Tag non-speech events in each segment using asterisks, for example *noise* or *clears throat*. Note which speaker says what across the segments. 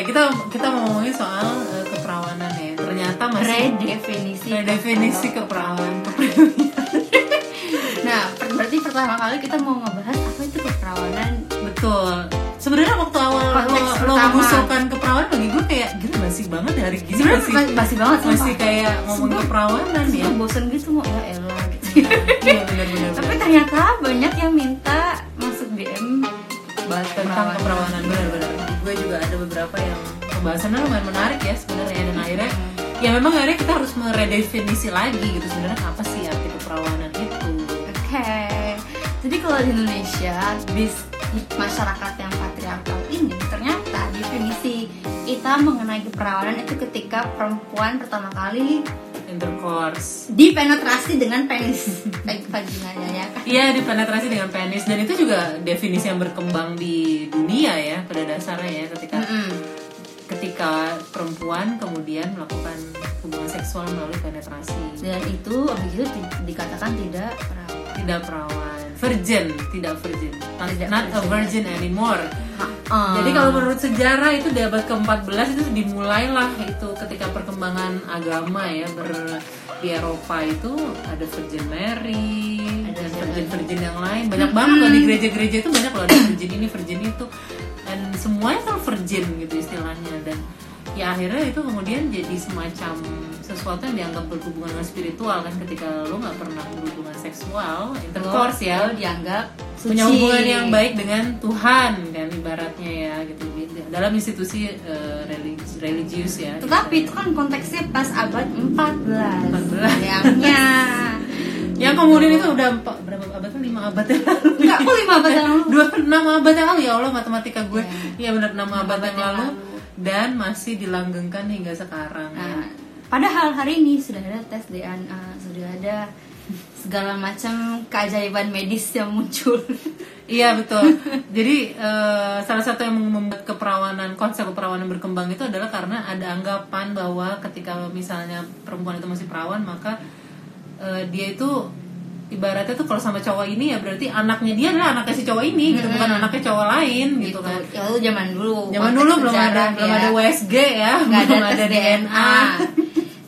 Speaker 1: kita kita mau ngomongin soal eh, keperawanan ya. Ternyata masih
Speaker 2: Redefinisi.
Speaker 1: definisi keperawanan. *laughs*
Speaker 2: Nah, per- berarti pertama kali kita mau ngebahas apa itu keperawanan.
Speaker 1: Betul. Sebenarnya waktu awal
Speaker 2: Konteks
Speaker 1: lo, lo
Speaker 2: pertama.
Speaker 1: mengusulkan keperawanan bagi gue kayak gila masih banget ya hari gini
Speaker 2: Sebenarnya
Speaker 1: masih
Speaker 2: ba- basi banget sumpah.
Speaker 1: masih kayak ngomong
Speaker 2: Sumpah.
Speaker 1: keperawanan
Speaker 2: Terus *laughs*
Speaker 1: ya.
Speaker 2: gue bosen gitu mau ya elah gitu.
Speaker 1: Iya benar-benar.
Speaker 2: Tapi ternyata banyak yang minta masuk DM bahas
Speaker 1: tentang
Speaker 2: keperawanan.
Speaker 1: keperawanan benar-benar gue juga ada beberapa yang pembahasannya lumayan menarik ya sebenarnya
Speaker 2: Hmm.
Speaker 1: dan akhirnya ya memang akhirnya kita harus meredefinisi lagi gitu sebenarnya apa sih arti keperawanan itu
Speaker 2: Oke. Jadi kalau di Indonesia, bis masyarakat yang patriarkal ini ternyata definisi kita mengenai keperawanan itu ketika perempuan pertama kali
Speaker 1: intercourse
Speaker 2: dipenetrasi dengan penis baik vaginanya ya kan?
Speaker 1: Iya dipenetrasi dengan penis dan itu juga definisi yang berkembang di dunia ya pada dasarnya ya ketika
Speaker 2: Mm-mm.
Speaker 1: ketika perempuan kemudian melakukan hubungan seksual melalui penetrasi
Speaker 2: Dan itu abis itu di- dikatakan tidak perawan.
Speaker 1: tidak perawan virgin tidak virgin not,
Speaker 2: Tidak
Speaker 1: not a virgin anymore
Speaker 2: eh. Ah.
Speaker 1: Jadi kalau menurut sejarah itu di abad ke-14 itu dimulailah itu ketika perkembangan agama ya ber- di Eropa itu ada Virgin Mary
Speaker 2: Ada
Speaker 1: dan
Speaker 2: Virgin
Speaker 1: virgin-virgin yang lain banyak banget loh di gereja-gereja itu banyak loh ada virgin ini virgin itu dan semuanya kan virgin gitu istilahnya dan ya akhirnya itu kemudian jadi semacam sesuatu yang dianggap berhubungan dengan spiritual kan ketika lo nggak pernah berhubungan seksual intercourse ya
Speaker 2: Lo dianggap suci.
Speaker 1: punya hubungan yang baik dengan Tuhan dan ibaratnya ya gitu dalam institusi eh, religi- religius ya
Speaker 2: Tetapi itu kan konteksnya pas abad 14.
Speaker 1: 14. *laughs*
Speaker 2: Sayangnya.
Speaker 1: yang kemudian itu udah empat, berapa abad kan lima abad yang lalu *laughs*
Speaker 2: Enggak, kok 5 abad yang lalu?
Speaker 1: dua enam abad yang lalu ya Allah matematika gue iya benar enam abad,
Speaker 2: Ya.
Speaker 1: yang,
Speaker 2: yang
Speaker 1: lalu,
Speaker 2: lalu.
Speaker 1: dan masih dilanggengkan hingga sekarang ya.
Speaker 2: Nah, padahal hari ini sudah ada tes DNA, sudah ada segala macam keajaiban medis yang muncul.
Speaker 1: Iya betul. Jadi eh, salah satu yang membuat keperawanan konsep keperawanan berkembang itu adalah karena ada anggapan bahwa ketika misalnya perempuan itu masih perawan maka eh, dia itu ibaratnya tuh kalau sama cowok ini ya berarti anaknya dia adalah anaknya si cowok ini gitu bukan anaknya cowok lain gitu, kan.
Speaker 2: Ya itu zaman dulu.
Speaker 1: Zaman
Speaker 2: konteks
Speaker 1: dulu belum ada
Speaker 2: sejarah
Speaker 1: belum
Speaker 2: ya.
Speaker 1: ada USG ya,
Speaker 2: nggak ada
Speaker 1: belum
Speaker 2: tes DNA.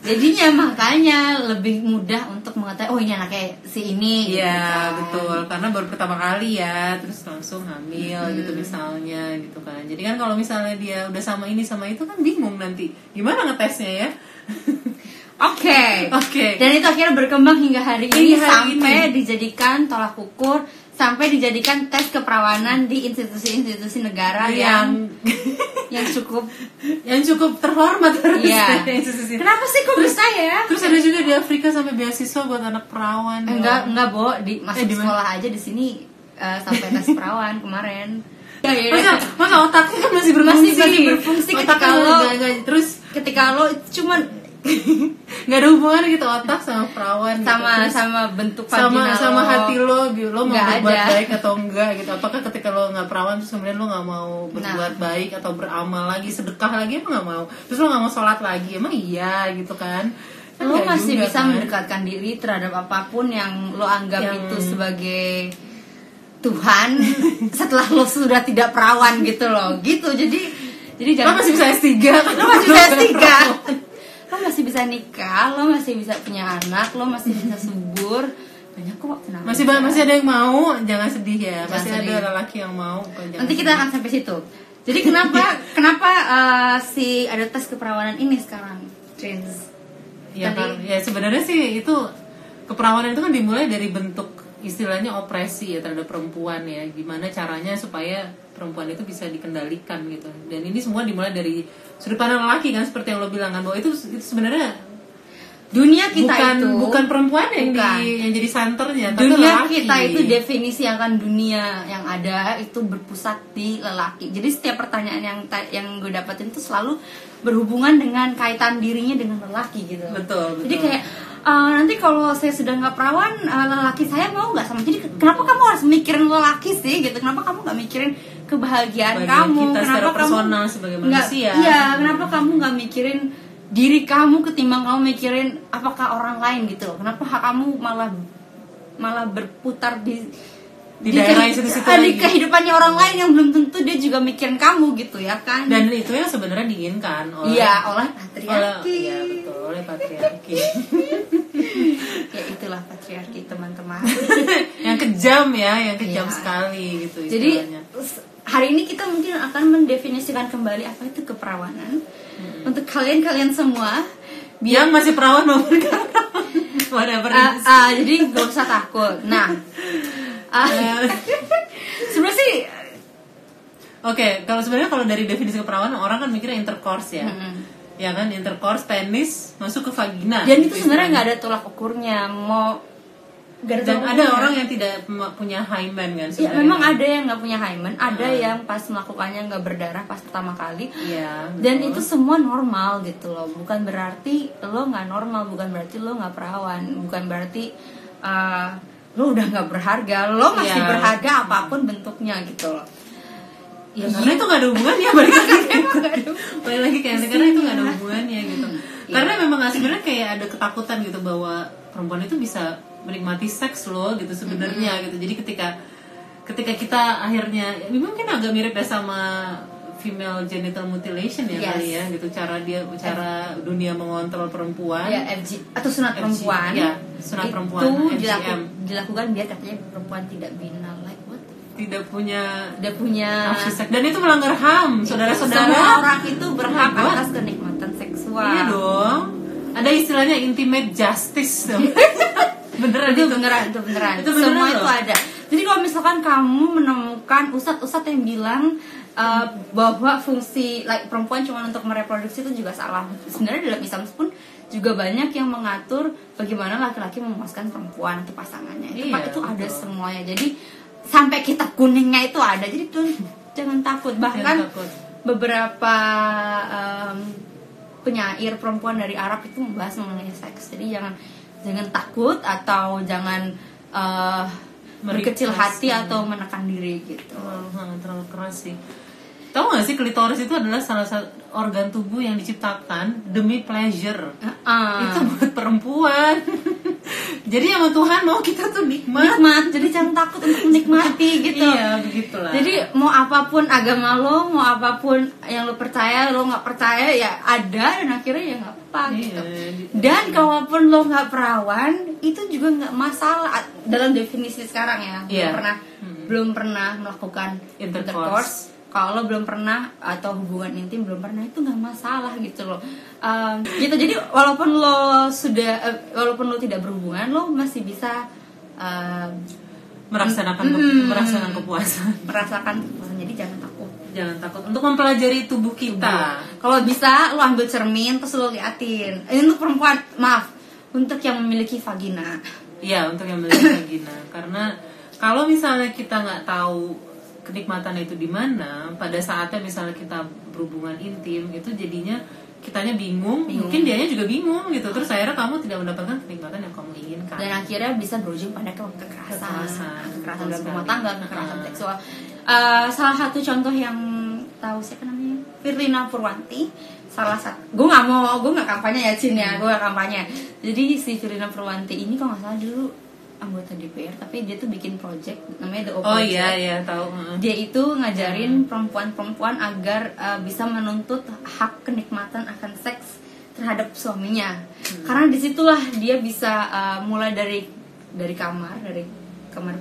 Speaker 2: Jadinya makanya lebih mudah untuk mengetahui oh ini anaknya si ini. gitu
Speaker 1: Iya
Speaker 2: kan.
Speaker 1: betul karena baru pertama kali ya terus langsung hamil
Speaker 2: Hmm.
Speaker 1: gitu misalnya gitu kan jadi kan kalau misalnya dia udah sama ini sama itu kan bingung nanti gimana ngetesnya ya
Speaker 2: Oke.
Speaker 1: Oke.
Speaker 2: Dan itu akhirnya berkembang hingga hari ini
Speaker 1: Hingga hari
Speaker 2: sampai
Speaker 1: ini.
Speaker 2: dijadikan tolak ukur, sampai dijadikan tes keperawanan di institusi-institusi negara yang yang
Speaker 1: yang *laughs*
Speaker 2: cukup.
Speaker 1: yang cukup terhormat
Speaker 2: Iya.
Speaker 1: harusnya *laughs* institusi.
Speaker 2: Kenapa sih kok bisa ya?
Speaker 1: terus ada juga di Afrika sampai beasiswa buat anak perawan
Speaker 2: Eh,
Speaker 1: ya.
Speaker 2: Enggak, enggak, Bo. Di
Speaker 1: Eh,
Speaker 2: masuk
Speaker 1: di mana?
Speaker 2: sekolah aja di sini eh, sampai tes perawan
Speaker 1: *laughs*
Speaker 2: kemarin. Ya, ya, ya.
Speaker 1: masa masa otaknya kan masih berfungsi
Speaker 2: Masih- masih berfungsi
Speaker 1: Otak
Speaker 2: ketika
Speaker 1: kan
Speaker 2: lo-
Speaker 1: nggak- nggak- terus
Speaker 2: Ketika lo cuman
Speaker 1: nggak ada hubungan gitu otak sama perawan gitu.
Speaker 2: sama
Speaker 1: Terus-
Speaker 2: sama bentuk
Speaker 1: sama
Speaker 2: vagina
Speaker 1: sama
Speaker 2: lo.
Speaker 1: hati lo bi- lo mau
Speaker 2: Nggak
Speaker 1: berbuat
Speaker 2: ada.
Speaker 1: baik atau enggak gitu apakah ketika lo nggak perawan terus kemudian lo nggak mau berbuat
Speaker 2: Nah.
Speaker 1: baik atau beramal lagi sedekah lagi emang nggak mau terus lo nggak mau sholat lagi emang iya gitu kan Kan
Speaker 2: lo
Speaker 1: nggak
Speaker 2: masih
Speaker 1: juga,
Speaker 2: bisa
Speaker 1: kan?
Speaker 2: mendekatkan diri terhadap apapun yang lo anggap
Speaker 1: Yang-
Speaker 2: itu sebagai Tuhan *laughs* setelah lo sudah tidak perawan gitu loh gitu jadi jadi
Speaker 1: lo
Speaker 2: jangan
Speaker 1: masih bisa S3 *laughs* kan?
Speaker 2: *laughs* lo masih bisa tiga lo masih bisa nikah lo masih bisa punya anak lo masih bisa subur banyak kok kenapa
Speaker 1: masih ba- masih ada yang mau jangan sedih ya
Speaker 2: Jangan
Speaker 1: masih
Speaker 2: sedih.
Speaker 1: ada lelaki yang mau kok, jangan
Speaker 2: nanti kita akan sampai situ jadi
Speaker 1: *laughs*
Speaker 2: kenapa kenapa eh, si ada tes keperawanan ini sekarang Trends
Speaker 1: Ya,
Speaker 2: Tadi-
Speaker 1: kan? ya sebenarnya sih itu keperawanan itu kan dimulai dari bentuk istilahnya opresi ya terhadap perempuan ya. Gimana caranya supaya perempuan itu bisa dikendalikan gitu. Dan ini semua dimulai dari sudut pandang laki kan seperti yang lo bilang kan bahwa itu, itu sebenarnya
Speaker 2: dunia kita
Speaker 1: bukan
Speaker 2: itu
Speaker 1: bukan perempuan yang di-
Speaker 2: Bukan.
Speaker 1: yang jadi santernya tapi
Speaker 2: dunia
Speaker 1: lelaki.
Speaker 2: kita itu definisi akan dunia yang ada itu berpusat di lelaki jadi setiap pertanyaan yang ta- yang gue dapetin itu selalu berhubungan dengan kaitan dirinya dengan lelaki gitu
Speaker 1: Betul, betul.
Speaker 2: jadi kayak "Eh, nanti kalau saya sudah nggak perawan eh, lelaki saya mau nggak sama jadi ke- kenapa kamu harus mikirin lelaki sih gitu kenapa kamu nggak mikirin kebahagiaan
Speaker 1: Bagian
Speaker 2: kamu
Speaker 1: kita secara
Speaker 2: kenapa
Speaker 1: personal sebagai
Speaker 2: nggak-
Speaker 1: manusia.
Speaker 2: iya kenapa kamu nggak mikirin diri kamu ketimbang kamu mikirin apakah orang lain gitu loh kenapa hak kamu malah malah berputar di
Speaker 1: di daerah
Speaker 2: kehi-
Speaker 1: situ-situ
Speaker 2: ah, di
Speaker 1: lagi.
Speaker 2: kehidupannya orang lain yang belum tentu dia juga mikirin kamu gitu ya kan
Speaker 1: dan itu yang sebenarnya diinginkan oleh
Speaker 2: iya oleh
Speaker 1: oleh
Speaker 2: patriarki
Speaker 1: ya betul oleh patriarki *laughs*
Speaker 2: ya itulah patriarki teman-teman
Speaker 1: Iya, yang kejam ya yang kejam
Speaker 2: Iya.
Speaker 1: sekali gitu
Speaker 2: *laughs* jadi
Speaker 1: istilahnya.
Speaker 2: s- hari ini kita mungkin akan mendefinisikan kembali apa itu keperawanan
Speaker 1: Hmm.
Speaker 2: untuk kalian-kalian semua
Speaker 1: yang masih perawan maupun karyawan whatever it
Speaker 2: Ah,
Speaker 1: is.
Speaker 2: ah, jadi gak usah takut nah
Speaker 1: *laughs*
Speaker 2: ah,
Speaker 1: Eh,
Speaker 2: sebenarnya sih
Speaker 1: Oke, kalau sebenarnya kalau dari definisi keperawanan orang kan mikirnya intercourse ya.
Speaker 2: Mm-mm.
Speaker 1: Ya kan intercourse penis masuk ke vagina.
Speaker 2: dan itu
Speaker 1: Gitu
Speaker 2: sebenarnya
Speaker 1: istilahnya.
Speaker 2: nggak ada tolak ukurnya mau nggak tolak
Speaker 1: dan ada
Speaker 2: ukurnya.
Speaker 1: orang yang tidak m- punya hymen kan
Speaker 2: Ya,
Speaker 1: sebenarnya.
Speaker 2: memang ada yang nggak punya hymen, ada yang pas melakukannya nggak berdarah pas pertama kali.
Speaker 1: Iya.
Speaker 2: Dan
Speaker 1: betul.
Speaker 2: itu semua normal gitu loh, bukan berarti lo nggak normal, bukan berarti lo nggak perawan, bukan berarti eh, lo udah nggak berharga, lo masih
Speaker 1: Iya.
Speaker 2: berharga apapun bentuknya gitu loh.
Speaker 1: ya karena
Speaker 2: iya.
Speaker 1: itu nggak ada hubungannya balik lagi
Speaker 2: *laughs* Emang nggak ada-
Speaker 1: balik lagi kayak karena itu nggak ada hubungannya gitu
Speaker 2: Iya.
Speaker 1: karena memang nggak- sebenarnya kayak ada ketakutan gitu bahwa perempuan itu bisa menikmati seks loh gitu sebenarnya gitu jadi ketika ketika kita akhirnya ya mungkin agak mirip ya sama female genital mutilation ya
Speaker 2: Yes.
Speaker 1: kali ya gitu cara dia cara dunia mengontrol perempuan
Speaker 2: Ya FG atau sunat
Speaker 1: FG,
Speaker 2: perempuan.
Speaker 1: ya, sunat perempuan,
Speaker 2: Itu
Speaker 1: FGM.
Speaker 2: dilaku- dilakukan biar katanya perempuan tidak binal like what?
Speaker 1: tidak punya
Speaker 2: Tidak punya
Speaker 1: nafsu seks. dan itu melanggar
Speaker 2: Iya,
Speaker 1: ham saudara-saudara
Speaker 2: Semua orang itu berhak
Speaker 1: Oh my God.
Speaker 2: atas kenikmatan seksual.
Speaker 1: Iya dong. Ada istilahnya intimate justice
Speaker 2: *laughs*
Speaker 1: dong. beneran
Speaker 2: itu
Speaker 1: itu.
Speaker 2: beneran itu beneran
Speaker 1: Itu beneran
Speaker 2: semua
Speaker 1: loh.
Speaker 2: itu ada jadi kalau misalkan kamu menemukan ustadz-ustadz yang bilang uh, bahwa fungsi like perempuan cuma untuk mereproduksi itu juga salah sebenarnya dalam Islam pun juga banyak yang mengatur bagaimana laki-laki memuaskan perempuan atau pasangannya itu,
Speaker 1: Iya,
Speaker 2: itu ada
Speaker 1: betul.
Speaker 2: semuanya jadi sampai kitab kuningnya itu ada jadi tuh jangan takut bahkan
Speaker 1: takut.
Speaker 2: beberapa em, penyair perempuan dari Arab itu membahas mengenai seks jadi jangan jangan takut atau jangan eh, berkecil
Speaker 1: Merepress,
Speaker 2: hati
Speaker 1: hmm.
Speaker 2: atau menekan diri gitu
Speaker 1: Terlalu, hmm, terlalu keras sih. Tahu gak sih klitoris itu adalah salah satu organ tubuh yang diciptakan demi pleasure.
Speaker 2: Ah,
Speaker 1: Itu buat perempuan. *laughs* Jadi sama Tuhan mau kita tuh nikmat.
Speaker 2: nikmat jadi jangan takut untuk menikmati gitu
Speaker 1: Iya, begitulah.
Speaker 2: jadi mau apapun agama lo mau apapun yang lo percaya lo nggak percaya ya ada dan akhirnya ya nggak apa
Speaker 1: Iya,
Speaker 2: gitu
Speaker 1: di-
Speaker 2: dan kalaupun lo nggak perawan itu juga nggak masalah A- dalam definisi sekarang ya
Speaker 1: Iya.
Speaker 2: belum pernah belum pernah melakukan
Speaker 1: Intercourse.
Speaker 2: kalau lo belum pernah atau hubungan intim belum pernah itu nggak masalah gitu loh Em, gitu jadi walaupun lo sudah eh, walaupun lo tidak berhubungan lo masih bisa em,
Speaker 1: melaksanakan ke- melaksanakan kepuasan.
Speaker 2: merasakan kepuasan jadi jangan takut
Speaker 1: Jangan takut untuk mempelajari tubuh kita.
Speaker 2: kalau bisa lo ambil cermin terus lo liatin ini untuk perempuan maaf untuk yang memiliki vagina
Speaker 1: Iya untuk yang beli vagina karena kalau misalnya kita nggak tahu kenikmatan itu di mana pada saatnya misalnya kita berhubungan intim itu jadinya kitanya bingung, mungkin dianya juga bingung gitu terus akhirnya kamu tidak mendapatkan kenikmatan yang kamu inginkan
Speaker 2: dan akhirnya bisa berujung pada ke- kekerasan
Speaker 1: Kekerasan.
Speaker 2: kekerasan
Speaker 1: Betul
Speaker 2: dalam
Speaker 1: sekali.
Speaker 2: rumah tangga kekerasan
Speaker 1: Heeh.
Speaker 2: seksual Eh, salah satu contoh yang tahu siapa namanya Firlina Purwanti salah satu gue nggak mau gue nggak kampanye ya Cin ya gue nggak kampanye jadi si Firlina Purwanti ini kalau nggak salah dulu anggota DPR tapi dia tuh bikin project namanya The O
Speaker 1: oh
Speaker 2: Project.
Speaker 1: iya iya tahu heeh.
Speaker 2: dia itu ngajarin perempuan-perempuan agar uh, bisa menuntut hak kenikmatan akan seks terhadap suaminya karena disitulah dia bisa uh, mulai dari dari kamar dari kamar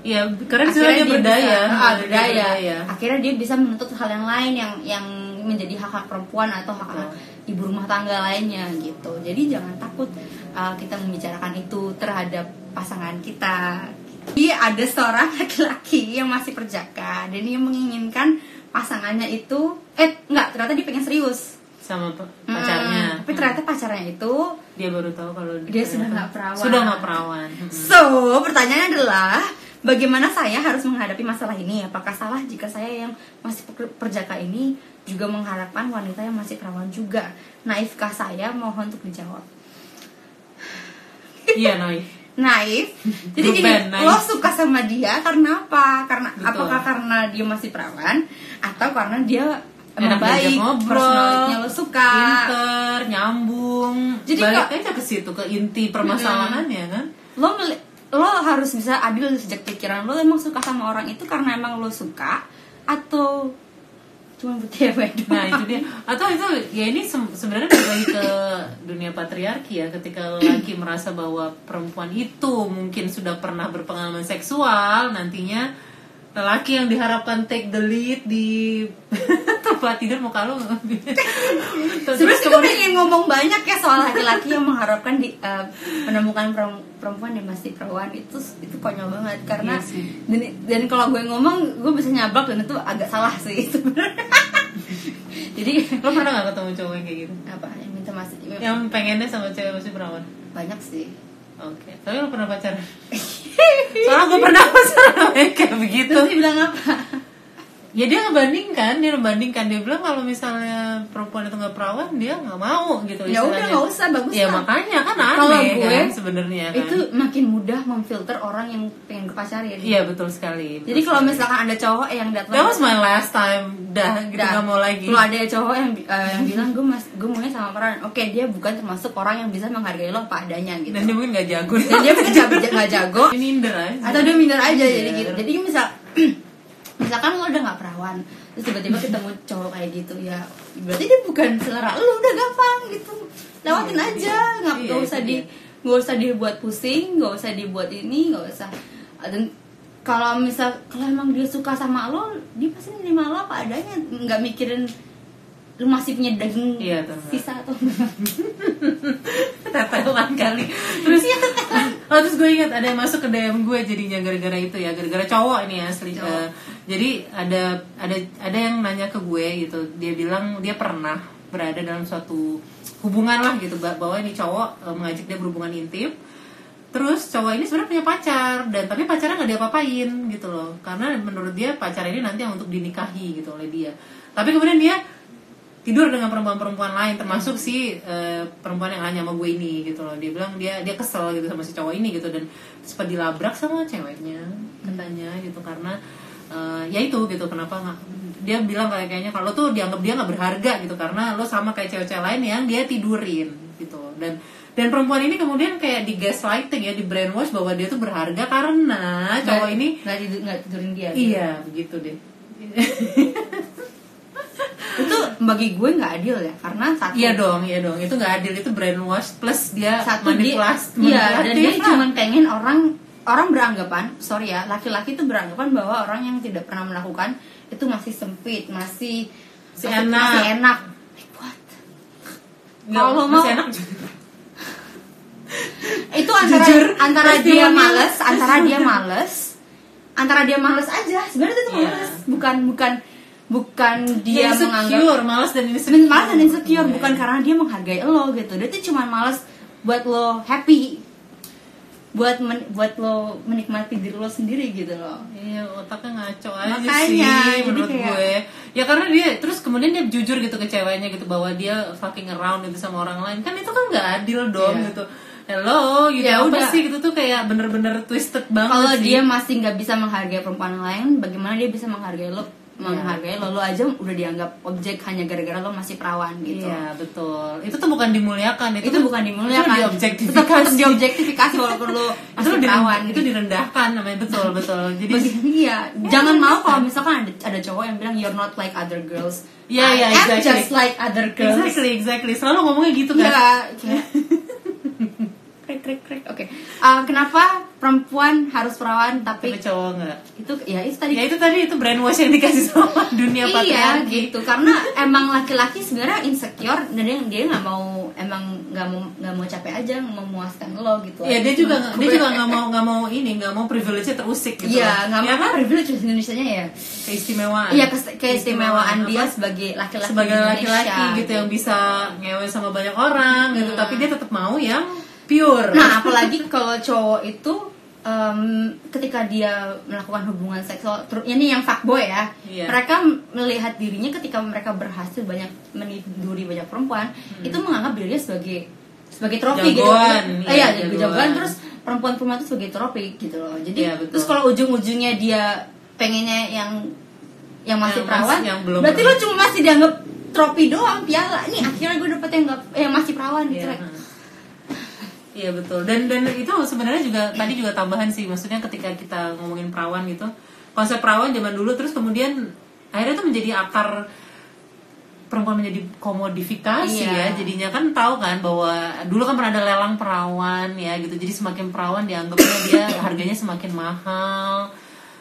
Speaker 1: iya karena misalnya dia berdaya
Speaker 2: bisa, ah,
Speaker 1: Dia
Speaker 2: berdaya. akhirnya dia bisa menuntut hal yang lain yang yang menjadi hak hak perempuan atau hak
Speaker 1: Ah.
Speaker 2: hak ibu rumah tangga lainnya gitu jadi jangan takut uh, kita membicarakan itu terhadap pasangan kita jadi ada seorang laki-laki yang masih perjaka dan dia menginginkan pasangannya itu eh nggak ternyata dia pengen serius
Speaker 1: sama pa-
Speaker 2: Hmm,
Speaker 1: pacarnya
Speaker 2: tapi ternyata pacarnya itu
Speaker 1: dia baru tahu kalau
Speaker 2: Dia sudah
Speaker 1: ternyata-
Speaker 2: nggak perawan.
Speaker 1: sudah nggak perawan heeh.
Speaker 2: So, pertanyaannya adalah bagaimana saya harus menghadapi masalah ini? Apakah salah jika saya yang masih per- perjaka ini juga mengharapkan wanita yang masih perawan juga? Naifkah saya? Mohon untuk dijawab.
Speaker 1: iya naif *laughs*
Speaker 2: Naif. Jadi
Speaker 1: Grup
Speaker 2: gini,
Speaker 1: band, naif.
Speaker 2: lo suka sama dia karena apa? Karena
Speaker 1: Betul.
Speaker 2: apakah karena dia masih perawan atau karena dia
Speaker 1: Enak
Speaker 2: emang
Speaker 1: diajak
Speaker 2: baik,
Speaker 1: ngobrol,
Speaker 2: personality-nya lo suka.
Speaker 1: pinter, nyambung.
Speaker 2: Jadi
Speaker 1: Jadi balik
Speaker 2: kok-
Speaker 1: aja ke situ ke inti permasalahannya kan.
Speaker 2: Lo meli- lo harus bisa adil sejak pikiran lo emang suka sama orang itu karena emang lo suka atau cuma butir ya
Speaker 1: Nah itu dia. Atau itu ya ini sem- sebenarnya kembali ke dunia patriarki ya.
Speaker 2: *clears throat*
Speaker 1: Ketika laki merasa bahwa perempuan itu mungkin sudah pernah berpengalaman seksual, nantinya lelaki yang diharapkan take the lead di *laughs* tempat tidur
Speaker 2: *laughs*
Speaker 1: mau kalau
Speaker 2: Sebenarnya sih gue pengen ngomong banyak ya soal laki-laki yang mengharapkan di eh, menemukan perem- perempuan di masih perawan itu itu konyol banget karena
Speaker 1: Iya sih.
Speaker 2: dan, dan kalau gue ngomong gue bisa nyablak dan itu agak salah sih *laughs* sebenarnya. Jadi
Speaker 1: lo pernah gak ketemu cowok yang kayak gitu?
Speaker 2: apa yang minta masih
Speaker 1: Yang pengennya sama cewek masih perawan?
Speaker 2: banyak sih.
Speaker 1: Oke, tapi lo pernah *laughs* pacaran? Soalnya gue pernah pacaran sama yang kayak begitu
Speaker 2: Terus dia bilang apa?
Speaker 1: *laughs* ya dia ngebandingkan dia ngebandingkan dia bilang kalau misalnya perempuan itu nggak perawan dia nggak mau gitu
Speaker 2: Ya udah,
Speaker 1: istilahnya.
Speaker 2: nggak usah, bagus
Speaker 1: ya
Speaker 2: lah.
Speaker 1: makanya kan aneh
Speaker 2: Kalau gue,
Speaker 1: kan sebenarnya kan
Speaker 2: Itu makin mudah memfilter orang yang pengen gue pacarin.
Speaker 1: iya betul sekali
Speaker 2: Jadi kalau misalkan ada cowok yang datang
Speaker 1: that was my last time dah ya? gitu
Speaker 2: Dan
Speaker 1: nggak mau lagi
Speaker 2: Kalau ada cowok yang bi- eh, yang bilang gue mas gue maunya sama peran, oke dia bukan termasuk orang yang bisa menghargai lo apa adanya gitu.
Speaker 1: dan dia mungkin nggak jago
Speaker 2: Dan dia mungkin nggak jago, nggak jago
Speaker 1: *laughs* Dia minder aja Iya.
Speaker 2: atau dia minder aja
Speaker 1: Minder.
Speaker 2: jadi gitu. Jadi misal *clears throat* misalkan lo udah nggak perawan, terus tiba-tiba ketemu cowok kayak gitu ya, berarti dia bukan selera lo udah gampang gitu, lewatin aja nggak
Speaker 1: Iya,
Speaker 2: nggak usah
Speaker 1: itu
Speaker 2: di nggak usah dibuat pusing, nggak usah dibuat ini, nggak usah dan kalau misal kalau emang dia suka sama lo, dia pasti nerima lo apa adanya, nggak mikirin lu masih punya daging
Speaker 1: Iya, tuh.
Speaker 2: sisa
Speaker 1: *laughs*
Speaker 2: atau enggak.
Speaker 1: tetelan kali terus
Speaker 2: *laughs*
Speaker 1: oh terus gue ingat ada yang masuk ke DM gue jadinya gara-gara itu ya gara-gara cowok ini asli
Speaker 2: Cowok.
Speaker 1: Eh, jadi ada ada ada yang nanya ke gue gitu dia bilang dia pernah berada dalam suatu hubungan lah gitu ba- bahwa ini cowok eh, mengajak dia berhubungan intim terus cowok ini sebenarnya punya pacar dan tapi pacarnya nggak diapa-apain gitu loh karena menurut dia pacar ini nanti yang untuk dinikahi gitu oleh dia tapi kemudian dia tidur dengan perempuan-perempuan lain termasuk si eh, perempuan yang hanya sama gue ini gitu loh dia bilang dia dia kesel gitu sama si cowok ini gitu dan sempat dilabrak sama ceweknya katanya gitu karena eh, ya itu gitu kenapa nggak- dia bilang kayak kayaknya kalau tuh dianggap dia nggak berharga gitu karena lo sama kayak cewek-cewek lain yang dia tidurin gitu dan dan perempuan ini kemudian kayak di gaslighting ya di brainwash bahwa dia tuh berharga karena cowok ini
Speaker 2: nggak tidur nggak tidurin dia. gitu.
Speaker 1: iya begitu deh
Speaker 2: itu bagi gue nggak adil ya karena satu
Speaker 1: Iya dong, iya dong. Itu nggak adil, itu brainwash plus dia
Speaker 2: satu dia
Speaker 1: manipulas-
Speaker 2: iya dan dia
Speaker 1: manipulatif lah.
Speaker 2: cuma pengen orang orang beranggapan sorry ya laki-laki itu beranggapan bahwa orang yang tidak pernah melakukan itu masih sempit masih
Speaker 1: Masih
Speaker 2: masih
Speaker 1: enak.
Speaker 2: masih enak Like, what?
Speaker 1: Nggak,
Speaker 2: kalau
Speaker 1: masih
Speaker 2: mau-
Speaker 1: enak.
Speaker 2: itu antara
Speaker 1: Jujur,
Speaker 2: antara
Speaker 1: pasti
Speaker 2: dia
Speaker 1: hamil.
Speaker 2: males antara dia males antara dia males aja sebenarnya itu
Speaker 1: Iya.
Speaker 2: males bukan bukan bukan dia
Speaker 1: dia
Speaker 2: menganggap
Speaker 1: insecure, malas dan insecure.
Speaker 2: Sebenarnya malas dan insecure
Speaker 1: Iya.
Speaker 2: bukan karena dia menghargai lo gitu. Dia tuh cuma malas buat lo happy. Buat men- buat lo menikmati diri lo sendiri gitu loh.
Speaker 1: Iya, otaknya ngaco aja
Speaker 2: Makanya,
Speaker 1: sih
Speaker 2: jadi
Speaker 1: menurut
Speaker 2: kayak-
Speaker 1: gue. Ya karena dia terus kemudian dia jujur gitu ke ceweknya gitu bahwa dia fucking around gitu sama orang lain. Kan itu kan nggak adil dong
Speaker 2: Iya.
Speaker 1: gitu. Hello, gitu
Speaker 2: Ya
Speaker 1: apa
Speaker 2: udah.
Speaker 1: sih gitu tuh kayak bener-bener twisted banget
Speaker 2: Kalau
Speaker 1: sih.
Speaker 2: dia masih nggak bisa menghargai perempuan lain, bagaimana dia bisa menghargai lo? Menghargai
Speaker 1: Iya.
Speaker 2: lo lo aja udah dianggap objek hanya gara-gara lo masih perawan gitu.
Speaker 1: Iya, betul. Itu tuh bukan dimuliakan, itu,
Speaker 2: Itu
Speaker 1: tuh-
Speaker 2: bukan
Speaker 1: Itu
Speaker 2: dimuliakan.
Speaker 1: diobjektifikasi.
Speaker 2: Tetap harus diobjektifikasi walaupun
Speaker 1: *laughs*
Speaker 2: lo
Speaker 1: itu
Speaker 2: masih
Speaker 1: di-
Speaker 2: perawan. gitu.
Speaker 1: itu direndakan namanya betul
Speaker 2: *laughs*
Speaker 1: betul jadi
Speaker 2: Iya, jangan mau kalau misalkan ada, ada cowok yang bilang you're not like other girls.
Speaker 1: Iya, iya,
Speaker 2: I am
Speaker 1: exactly.
Speaker 2: just like other girls.
Speaker 1: exactly exactly selalu ngomongnya gitu kan
Speaker 2: Iya, kayak- krek krek krek. Oke. Eh, kenapa perempuan harus perawan tapi
Speaker 1: tapi cowok enggak
Speaker 2: itu ya itu tadi
Speaker 1: ya itu tadi itu brainwash yang dikasih sama *laughs* dunia
Speaker 2: iya
Speaker 1: patriarki
Speaker 2: gitu karena emang laki-laki sebenarnya insecure dan dia dia nggak mau emang nggak mau nggak mau capek aja memuaskan lo gitu
Speaker 1: ya dia juga nggak- dia juga nggak mau nggak mau ini nggak mau privilege terusik gitu
Speaker 2: iya nggak mau
Speaker 1: ya,
Speaker 2: apa
Speaker 1: kan?
Speaker 2: privilege bahasa Indonesia ya
Speaker 1: keistimewaan Gitu.
Speaker 2: iya kes- keistimewaan dia
Speaker 1: Apa?
Speaker 2: sebagai laki-laki
Speaker 1: sebagai
Speaker 2: di
Speaker 1: laki-laki
Speaker 2: Indonesia,
Speaker 1: gitu yang bisa ngewe sama banyak orang gitu tapi dia tetap mau yang pure
Speaker 2: Iya.
Speaker 1: *laughs*
Speaker 2: Nah, apalagi kalau cowok itu em, ketika dia melakukan hubungan seksual, ter- ini yang fuckboy ya.
Speaker 1: Iya.
Speaker 2: Mereka melihat dirinya ketika mereka berhasil banyak meniduri banyak perempuan,
Speaker 1: Hmm.
Speaker 2: itu menganggap dirinya sebagai sebagai trofi gitu.
Speaker 1: Jagoan,
Speaker 2: Eh,
Speaker 1: iya,
Speaker 2: iya, jagoan.
Speaker 1: jagoan.
Speaker 2: terus perempuan-perempuan itu sebagai trofi gitu loh. Jadi
Speaker 1: Iya, betul.
Speaker 2: terus kalau ujung-ujungnya dia pengennya yang yang masih
Speaker 1: Yang mas-
Speaker 2: perawan,
Speaker 1: yang belum
Speaker 2: berarti lo
Speaker 1: perawan.
Speaker 2: cuma masih dianggap trofi doang piala. Nih akhirnya gue dapet yang nggak- yang masih perawan gitu.
Speaker 1: Iya.
Speaker 2: Like,
Speaker 1: Iya betul. Dan dan itu sebenarnya juga tadi juga tambahan sih. Maksudnya ketika kita ngomongin perawan gitu, konsep perawan zaman dulu terus kemudian akhirnya tuh menjadi akar perempuan menjadi komodifikasi
Speaker 2: Iya.
Speaker 1: ya. Jadinya kan tahu kan bahwa dulu kan pernah ada lelang perawan ya gitu. Jadi semakin perawan dianggapnya
Speaker 2: *coughs*
Speaker 1: dia harganya semakin mahal.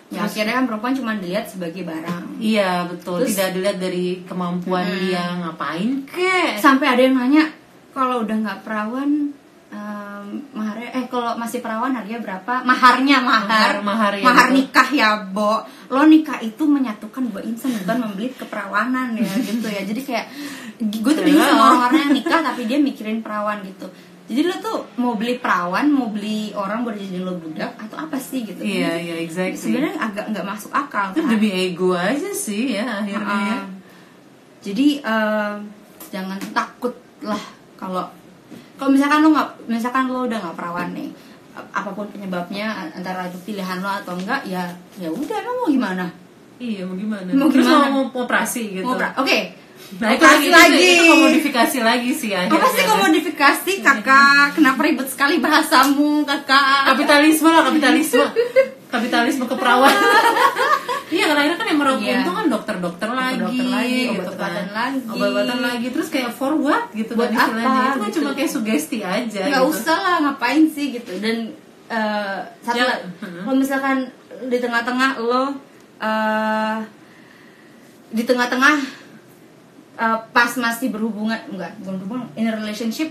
Speaker 2: Ya, akhirnya kan perempuan cuma dilihat sebagai barang.
Speaker 1: Iya betul.
Speaker 2: Terus- Hmm.
Speaker 1: Tidak dilihat dari kemampuan dia ngapain kek.
Speaker 2: Sampai ada yang nanya kalau udah nggak perawan em, maharnya eh kalau masih perawan harganya berapa? Maharnya mahar.
Speaker 1: Mahar, mahar, ya, betul.
Speaker 2: nikah ya, Bo. Lo nikah itu menyatukan dua insan bukan membeli keperawanan
Speaker 1: *laughs*
Speaker 2: ya gitu ya. Jadi kayak gue tuh bingung sama
Speaker 1: Hello.
Speaker 2: orang-orang yang nikah tapi dia mikirin perawan gitu. Jadi lo tuh mau beli perawan, mau beli orang buat jadi lo budak atau apa sih gitu?
Speaker 1: Iya iya exactly.
Speaker 2: Sebenarnya agak nggak masuk akal.
Speaker 1: itu
Speaker 2: kan?
Speaker 1: demi ego aja sih ya akhirnya.
Speaker 2: Uh-uh. Jadi eh, jangan takut lah kalau kalau misalkan lo nggak misalkan lo udah nggak perawan nih ap- apapun penyebabnya an- antara itu pilihan lo atau enggak ya ya udah lo mau gimana
Speaker 1: Iya mau gimana?
Speaker 2: Mau
Speaker 1: Terus
Speaker 2: gimana?
Speaker 1: mau, mau operasi gitu.
Speaker 2: mau pra- oke
Speaker 1: Nah, itu
Speaker 2: operasi
Speaker 1: lagi, lagi.
Speaker 2: lagi. Oh,
Speaker 1: Itu, komodifikasi lagi sih akhirnya.
Speaker 2: apa sih komodifikasi kakak kenapa ribet sekali bahasamu kakak
Speaker 1: Kapitalisme lah, kapitalisme. kapitalisme
Speaker 2: *laughs*
Speaker 1: keperawan. Iya, karena akhirnya kan yang meraup
Speaker 2: Iya.
Speaker 1: untung kan dokter-dokter lagi,
Speaker 2: Dokter-dokter lagi,
Speaker 1: gitu
Speaker 2: obat-obatan
Speaker 1: kan.
Speaker 2: lagi.
Speaker 1: Obat-obatan lagi, terus kayak for what gitu
Speaker 2: Buat
Speaker 1: kan istilahnya.
Speaker 2: apa,
Speaker 1: Itu kan
Speaker 2: gitu.
Speaker 1: cuma kayak sugesti aja
Speaker 2: nggak
Speaker 1: gitu.
Speaker 2: usah lah ngapain sih gitu dan eh, satu
Speaker 1: Ya,
Speaker 2: la-
Speaker 1: heeh.
Speaker 2: kalau misalkan di tengah-tengah lo eh, di tengah-tengah eh, pas masih berhubungan enggak bukan berhubungan in a relationship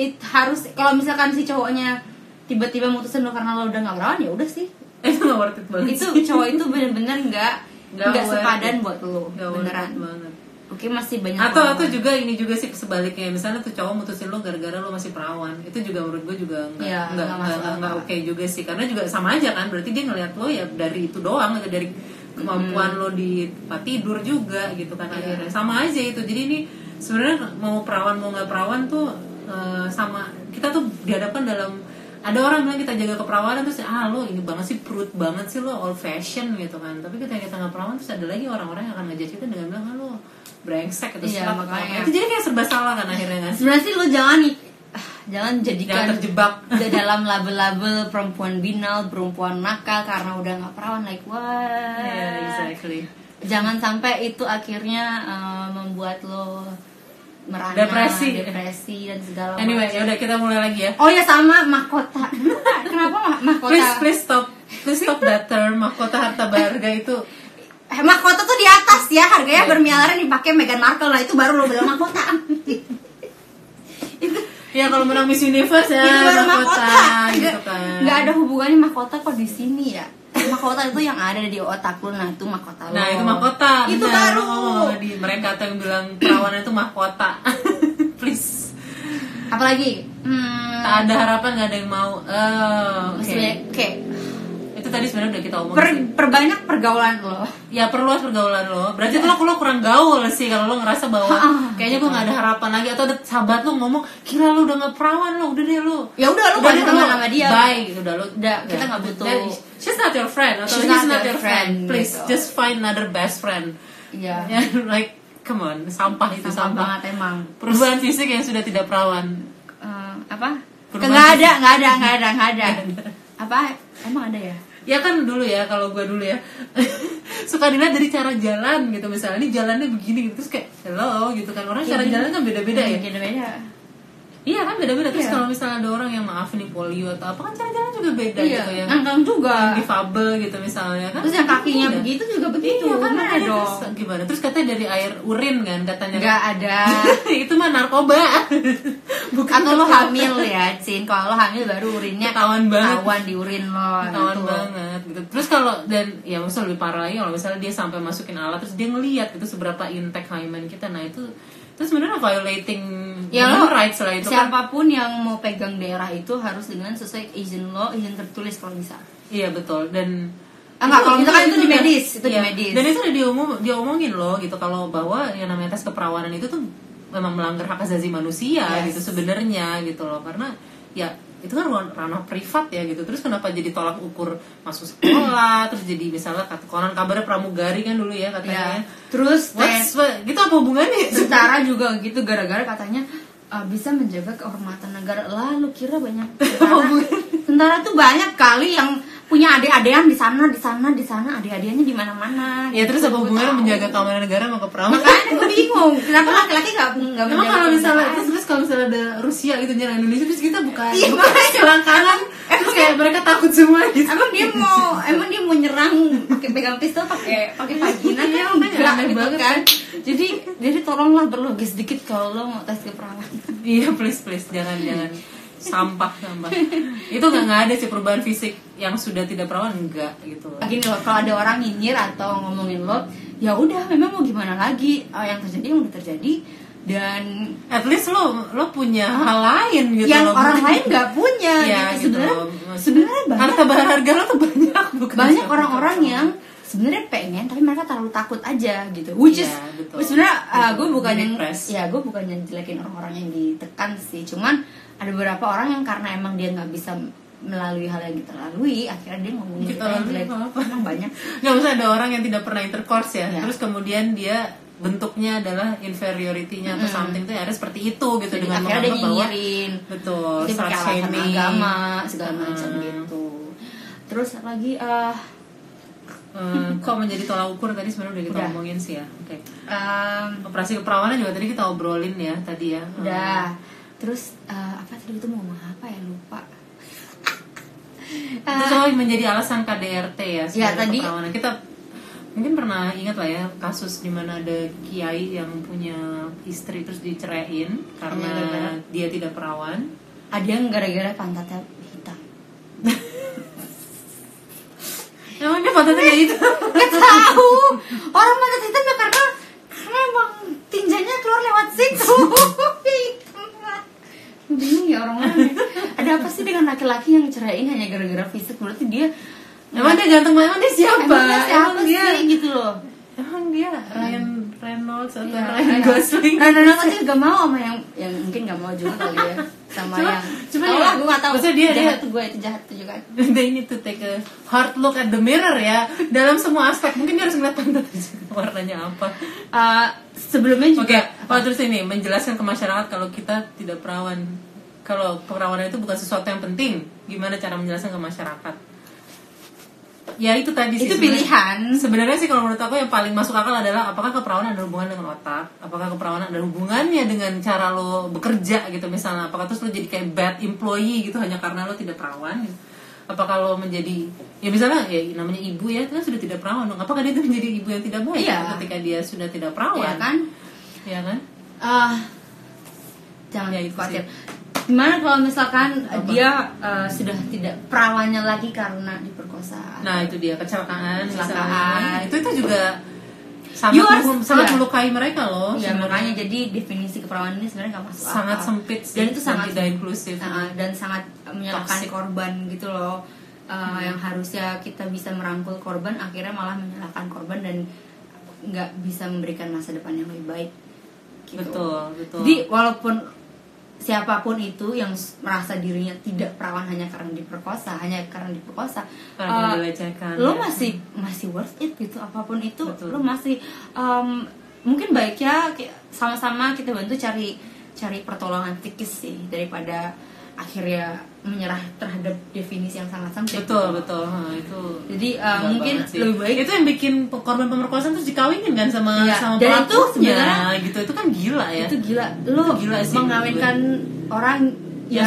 Speaker 2: it harus kalau misalkan si cowoknya tiba-tiba mutusin lo karena lo udah nggak perawan ya udah sih
Speaker 1: Eh, *laughs* Itu nggak worth it banget.
Speaker 2: itu
Speaker 1: sih.
Speaker 2: cowok itu bener-bener nggak
Speaker 1: Nggak
Speaker 2: nggak
Speaker 1: worth
Speaker 2: sepadan
Speaker 1: it.
Speaker 2: buat lo
Speaker 1: Nggak worth it
Speaker 2: beneran Iya.
Speaker 1: banget.
Speaker 2: oke masih banyak
Speaker 1: atau
Speaker 2: orang.
Speaker 1: atau juga ini juga sih sebaliknya misalnya tuh cowok mutusin lo gara-gara lo masih perawan itu juga menurut gue juga nggak
Speaker 2: Iya,
Speaker 1: nggak
Speaker 2: nggak
Speaker 1: nggak
Speaker 2: masuk
Speaker 1: nggak- nggak
Speaker 2: akal.
Speaker 1: oke juga sih karena juga sama aja kan berarti dia ngelihat lo ya dari itu doang gitu dari kemampuan lo di tempat tidur juga gitu
Speaker 2: Iya.
Speaker 1: kan akhirnya sama aja itu jadi ini sebenarnya mau perawan mau nggak perawan tuh eh, sama kita tuh dihadapkan dalam ada orang bilang kita jaga keperawanan terus ah lo ini banget sih perut banget sih lo old fashion gitu kan tapi ketika kita nggak perawan terus ada lagi orang-orang yang akan ngejudge kita dengan bilang ah lo brengsek atau
Speaker 2: Iya,
Speaker 1: slut atau
Speaker 2: makanya.
Speaker 1: apa. itu jadi kayak serba salah kan akhirnya kan
Speaker 2: sebenarnya sih lo jangan ah, jangan jadikan
Speaker 1: jangan terjebak
Speaker 2: *laughs* Udah dalam label-label perempuan binal, perempuan nakal karena udah nggak perawan like what.
Speaker 1: Iya, exactly
Speaker 2: Jangan sampai itu akhirnya eh, membuat lo merana,
Speaker 1: Depresi.
Speaker 2: depresi dan segala
Speaker 1: anyway ya udah kita mulai lagi ya
Speaker 2: macam. Oh ya sama
Speaker 1: *laughs*
Speaker 2: mahkota. Kenapa mah- mahkota?
Speaker 1: please please stop please stop that term mahkota harta berharga itu
Speaker 2: Eh, mahkota tuh di atas ya, harganya bermiliaran dipakai Meghan Markle lah itu baru lo bilang mahkota.
Speaker 1: ya kalau menang Miss Universe ya
Speaker 2: itu baru mahkota.
Speaker 1: mahkota
Speaker 2: Nggak-
Speaker 1: gitu kan
Speaker 2: nggak ada hubungannya mahkota kok di sini ya. Mahkota itu yang ada di otak lu nah itu mahkota lo.
Speaker 1: nah itu mahkota
Speaker 2: Itu
Speaker 1: Benar,
Speaker 2: baru.
Speaker 1: lo ngomong tadi mereka tuh yang bilang perawanan itu mahkota *laughs* please
Speaker 2: Apalagi? Hmm,
Speaker 1: tak ada harapan nggak ada yang mau Eh, oke
Speaker 2: Oke. Oke.
Speaker 1: itu tadi sebenarnya udah kita omongin
Speaker 2: Per,
Speaker 1: sih.
Speaker 2: perbanyak pergaulan lo.
Speaker 1: ya perluas pergaulan lo berarti tuh lo, lo kurang gaul sih kalau lo ngerasa bahwa kayaknya gue nggak ada harapan lagi atau ada sahabat lo ngomong kira lo udah nggak perawan lo udah deh lo
Speaker 2: Ya udah lu gak ada teman sama dia.
Speaker 1: bye gitu udah lo
Speaker 2: Udah, kita nggak butuh.
Speaker 1: Then she's not your friend atau
Speaker 2: She's
Speaker 1: he's not, your friend, please
Speaker 2: gitu.
Speaker 1: just find another best
Speaker 2: *laughs*
Speaker 1: friend
Speaker 2: Iya.
Speaker 1: Ya, like come on sampah itu
Speaker 2: Sampah
Speaker 1: sampah,
Speaker 2: banget emang.
Speaker 1: perubahan fisik yang sudah tidak perawan
Speaker 2: Eh, apa?
Speaker 1: Perubahan
Speaker 2: Enggak ada, enggak ada, enggak ada, enggak
Speaker 1: *laughs*
Speaker 2: ada. apa? Emang ada ya?
Speaker 1: ya kan dulu ya kalau gue dulu ya *laughs* suka dilihat dari cara jalan gitu misalnya ini jalannya begini gitu terus kayak hello gitu kan orang
Speaker 2: Iya,
Speaker 1: cara jalan kan beda-beda ya
Speaker 2: Beda-beda.
Speaker 1: Iya kan beda-beda terus kalau misalnya ada orang yang maaf nih polio atau apa kan cara jalan juga beda
Speaker 2: Iya,
Speaker 1: gitu ya.
Speaker 2: ngangkang juga.
Speaker 1: Yang difabel gitu misalnya kan.
Speaker 2: Terus yang kakinya
Speaker 1: Iya.
Speaker 2: begitu juga begitu.
Speaker 1: Iya kan
Speaker 2: Mana
Speaker 1: makanya
Speaker 2: dong?
Speaker 1: terus gimana? Terus katanya dari air urin kan katanya.
Speaker 2: Enggak ada.
Speaker 1: *laughs* itu mah
Speaker 2: *laughs*
Speaker 1: narkoba. Bukan
Speaker 2: Atau lo hamil ya, Cin. Kalau lo hamil baru urinnya
Speaker 1: Ketahuan banget.
Speaker 2: Ketahuan di urin lo.
Speaker 1: ketahuan
Speaker 2: gitu.
Speaker 1: banget gitu. Terus kalau dan ya maksudnya lebih parah lagi kalau misalnya dia sampai masukin alat terus dia ngeliat gitu seberapa intake hymen kita. Nah, itu terus sebenarnya violating
Speaker 2: Ya
Speaker 1: human
Speaker 2: lo
Speaker 1: rights lah itu kan.
Speaker 2: siapapun yang mau pegang daerah itu harus dengan sesuai izin lo, izin tertulis kalau bisa.
Speaker 1: Iya betul dan
Speaker 2: Ah, enggak, kalau misalkan itu di
Speaker 1: kan udah-
Speaker 2: medis, itu di
Speaker 1: iya.
Speaker 2: medis.
Speaker 1: Dan itu udah diumum, diomongin loh gitu kalau bahwa yang namanya tes keperawanan itu tuh memang melanggar hak asasi manusia
Speaker 2: Yes.
Speaker 1: gitu sebenarnya gitu loh karena ya itu kan ruang- ranah privat ya gitu terus kenapa jadi tolak ukur masuk
Speaker 2: *clears throat*
Speaker 1: sekolah terus jadi misalnya kata konon kabarnya pramugari kan dulu
Speaker 2: Ya.
Speaker 1: ya katanya
Speaker 2: Terus tes *laughs*
Speaker 1: What's, what- gitu apa hubungannya
Speaker 2: tentara juga gitu gara-gara katanya uh, bisa menjaga kehormatan negara lah lu kira
Speaker 1: *laughs*
Speaker 2: banyak
Speaker 1: Oh,
Speaker 2: tentara, tentara tuh banyak kali yang punya adik-adean di sana di sana di sana adik-adiannya di mana-mana
Speaker 1: Ya terus apa
Speaker 2: Gua
Speaker 1: hubungannya
Speaker 2: tahu.
Speaker 1: menjaga keamanan negara sama keperawanan?
Speaker 2: makanya gitu, gue bingung kenapa laki-laki nggak nggak
Speaker 1: Emang
Speaker 2: menjaga
Speaker 1: kalau misalnya
Speaker 2: kemerdekaan?
Speaker 1: terus, terus kalau misalnya ada Rusia gitu nyerang Indonesia terus kita buka
Speaker 2: kan. Iya,
Speaker 1: buka
Speaker 2: makanya.
Speaker 1: selang kanan terus kayak mereka takut semua gitu.
Speaker 2: emang dia mau emang dia mau nyerang pakai pegang pistol pakai pakai vagina kan
Speaker 1: Iya, makanya
Speaker 2: enggak
Speaker 1: aneh
Speaker 2: gitu
Speaker 1: banget
Speaker 2: kan jadi jadi tolonglah berlogis dikit kalau lo mau tes keperawanan
Speaker 1: Iya please please jangan jangan sampah sampah. Itu nggak nggak ada sih perubahan fisik yang sudah tidak perawan enggak gitu. loh.
Speaker 2: gini loh kalau ada orang nyinyir atau ngomongin lo ya udah memang mau gimana lagi Eh, yang terjadi yang udah terjadi dan
Speaker 1: At least lo lo punya hal lain gitu.
Speaker 2: yang
Speaker 1: loh.
Speaker 2: orang lain nggak punya
Speaker 1: Iya,
Speaker 2: gitu
Speaker 1: gitu.
Speaker 2: sebenarnya sebenarnya banyak
Speaker 1: *laughs* harta berharga lo tuh banyak bukan?
Speaker 2: banyak
Speaker 1: cuma-
Speaker 2: orang-orang ya. yang sebenarnya pengen tapi mereka terlalu takut aja gitu which is
Speaker 1: Iya, betul.
Speaker 2: sebenarnya uh, gue
Speaker 1: Betul.
Speaker 2: bukan yang
Speaker 1: Depres.
Speaker 2: ya gue bukan yang jelekin orang-orang yang ditekan sih cuman ada beberapa orang yang karena emang dia nggak bisa melalui hal yang kita lalui akhirnya dia ngomongin
Speaker 1: Kita
Speaker 2: kita yang
Speaker 1: lalui
Speaker 2: jelek
Speaker 1: apa-apa.
Speaker 2: emang banyak
Speaker 1: Nggak maksudnya ada orang yang tidak pernah intercourse ya,
Speaker 2: Iya.
Speaker 1: terus kemudian dia bentuknya adalah inferiority-nya atau something tuh ya ada seperti itu
Speaker 2: Hmm.
Speaker 1: gitu
Speaker 2: Jadi
Speaker 1: dengan
Speaker 2: akhirnya dia
Speaker 1: menganggap bahwa
Speaker 2: nyinyirin
Speaker 1: betul
Speaker 2: dia
Speaker 1: slut
Speaker 2: pakai alasan
Speaker 1: oh, shaming.
Speaker 2: agama segala macam
Speaker 1: Hmm.
Speaker 2: gitu terus apa lagi eh
Speaker 1: Eh, kok menjadi tolak ukur tadi sebenarnya udah kita
Speaker 2: Udah.
Speaker 1: omongin sih ya. Oke.
Speaker 2: em,
Speaker 1: Operasi keperawanan juga tadi kita obrolin ya tadi ya.
Speaker 2: udah terus eh, apa tadi itu mau ngomong apa ya
Speaker 1: *laughs*
Speaker 2: lupa Eh,
Speaker 1: Hmm. Itu soal menjadi alasan KDRT ya sebenarnya
Speaker 2: tadi-
Speaker 1: keperawanan. Kita mungkin pernah ingat lah ya kasus di mana ada kiai yang punya istri terus diceraiin karena
Speaker 2: Hanya gara-gara.
Speaker 1: dia tidak perawan.
Speaker 2: ada yang gara-gara pantatnya hitam
Speaker 1: Emang dia patutnya kayak gitu.
Speaker 2: nggak tahu orang pantat hitam ya karena karena emang tinjanya keluar lewat
Speaker 1: *laughs*
Speaker 2: situ bingung ya orang orang ada apa sih dengan laki-laki yang ceraiin hanya gara-gara fisik berarti dia
Speaker 1: Emang dia ganteng banget, emang dia siapa?
Speaker 2: emang dia siapa
Speaker 1: Emang
Speaker 2: sih
Speaker 1: dia,
Speaker 2: gitu loh
Speaker 1: emang dia Ryan Reynolds atau
Speaker 2: Iya,
Speaker 1: Ryan
Speaker 2: iya.
Speaker 1: Gosling?
Speaker 2: Nah, nah, nah, tadi gak mau sama yang yang mungkin gak mau juga kali *laughs* ya sama
Speaker 1: Cuma-
Speaker 2: yang
Speaker 1: cuma
Speaker 2: tau
Speaker 1: ya,
Speaker 2: lah gue gak tahu
Speaker 1: maksudnya dia-
Speaker 2: jahat
Speaker 1: dia-
Speaker 2: tuh gue itu jahat tuh juga
Speaker 1: They need to take a hard look at the mirror ya Dalam semua aspek, mungkin dia harus ngeliat pantat warnanya apa
Speaker 2: Eh, sebelumnya
Speaker 1: Oke,
Speaker 2: juga
Speaker 1: oh terus ini, menjelaskan ke masyarakat kalau kita tidak perawan Kalau keperawanan itu bukan sesuatu yang penting Gimana cara menjelaskan ke masyarakat? Ya itu tadi sih
Speaker 2: itu
Speaker 1: sebenarnya.
Speaker 2: pilihan
Speaker 1: Sebenarnya sih kalau menurut aku yang paling masuk akal adalah apakah keperawanan ada hubungan dengan otak? Apakah keperawanan ada hubungannya dengan cara lo bekerja gitu misalnya? Apakah terus lo jadi kayak bad employee gitu hanya karena lo tidak perawan? Gitu? Apakah lo menjadi ya misalnya ya namanya ibu ya itu kan sudah tidak perawan dong. Apakah dia itu menjadi ibu yang tidak baik
Speaker 2: Iya.
Speaker 1: ketika dia sudah tidak
Speaker 2: ya
Speaker 1: perawan?
Speaker 2: kan
Speaker 1: Iya kan?
Speaker 2: Ah, jangan
Speaker 1: Ya, itu
Speaker 2: khawatir. Gimana kalau misalkan
Speaker 1: Apa?
Speaker 2: dia eh, sudah tidak perawannya lagi karena diperkosa?
Speaker 1: Nah itu dia kecelakaan, misalnya.
Speaker 2: Kecelakaan.
Speaker 1: Nah, itu itu juga sangat
Speaker 2: You are-
Speaker 1: menghu- sangat
Speaker 2: iya.
Speaker 1: melukai mereka loh.
Speaker 2: ya
Speaker 1: sebenarnya.
Speaker 2: makanya jadi definisi keperawanan ini sebenarnya nggak masuk
Speaker 1: sangat
Speaker 2: akal.
Speaker 1: sempit sih,
Speaker 2: dan itu sangat
Speaker 1: tidak inklusif.
Speaker 2: Nah, dan sangat menyalahkan
Speaker 1: Toxic. Hmm.
Speaker 2: korban gitu loh. Eh, Yang harusnya kita bisa merangkul korban akhirnya malah menyalahkan korban dan nggak bisa memberikan masa depan yang lebih baik. Gitu.
Speaker 1: Betul, betul.
Speaker 2: Jadi walaupun siapapun itu yang s- merasa dirinya tidak perawan hanya karena diperkosa, hanya karena diperkosa,
Speaker 1: Karena
Speaker 2: eh,
Speaker 1: dilecehkan,
Speaker 2: lo
Speaker 1: ya.
Speaker 2: masih masih worth it gitu apapun itu,
Speaker 1: Betul.
Speaker 2: lo masih em, mungkin baiknya ki- sama-sama kita bantu cari cari pertolongan tikis sih daripada akhirnya menyerah terhadap definisi yang sangat sempit.
Speaker 1: betul betul Nah, itu
Speaker 2: Jadi eh,
Speaker 1: enggak
Speaker 2: mungkin
Speaker 1: banget sih.
Speaker 2: lebih baik
Speaker 1: itu yang bikin pe- korban pemerkosaan terus dikawinin kan sama
Speaker 2: Iya,
Speaker 1: sama
Speaker 2: dan itu
Speaker 1: pelakunya
Speaker 2: sebenarnya-
Speaker 1: gitu itu kan gila ya
Speaker 2: itu gila, lo
Speaker 1: Itu gila sih,
Speaker 2: mengawinkan orang
Speaker 1: ya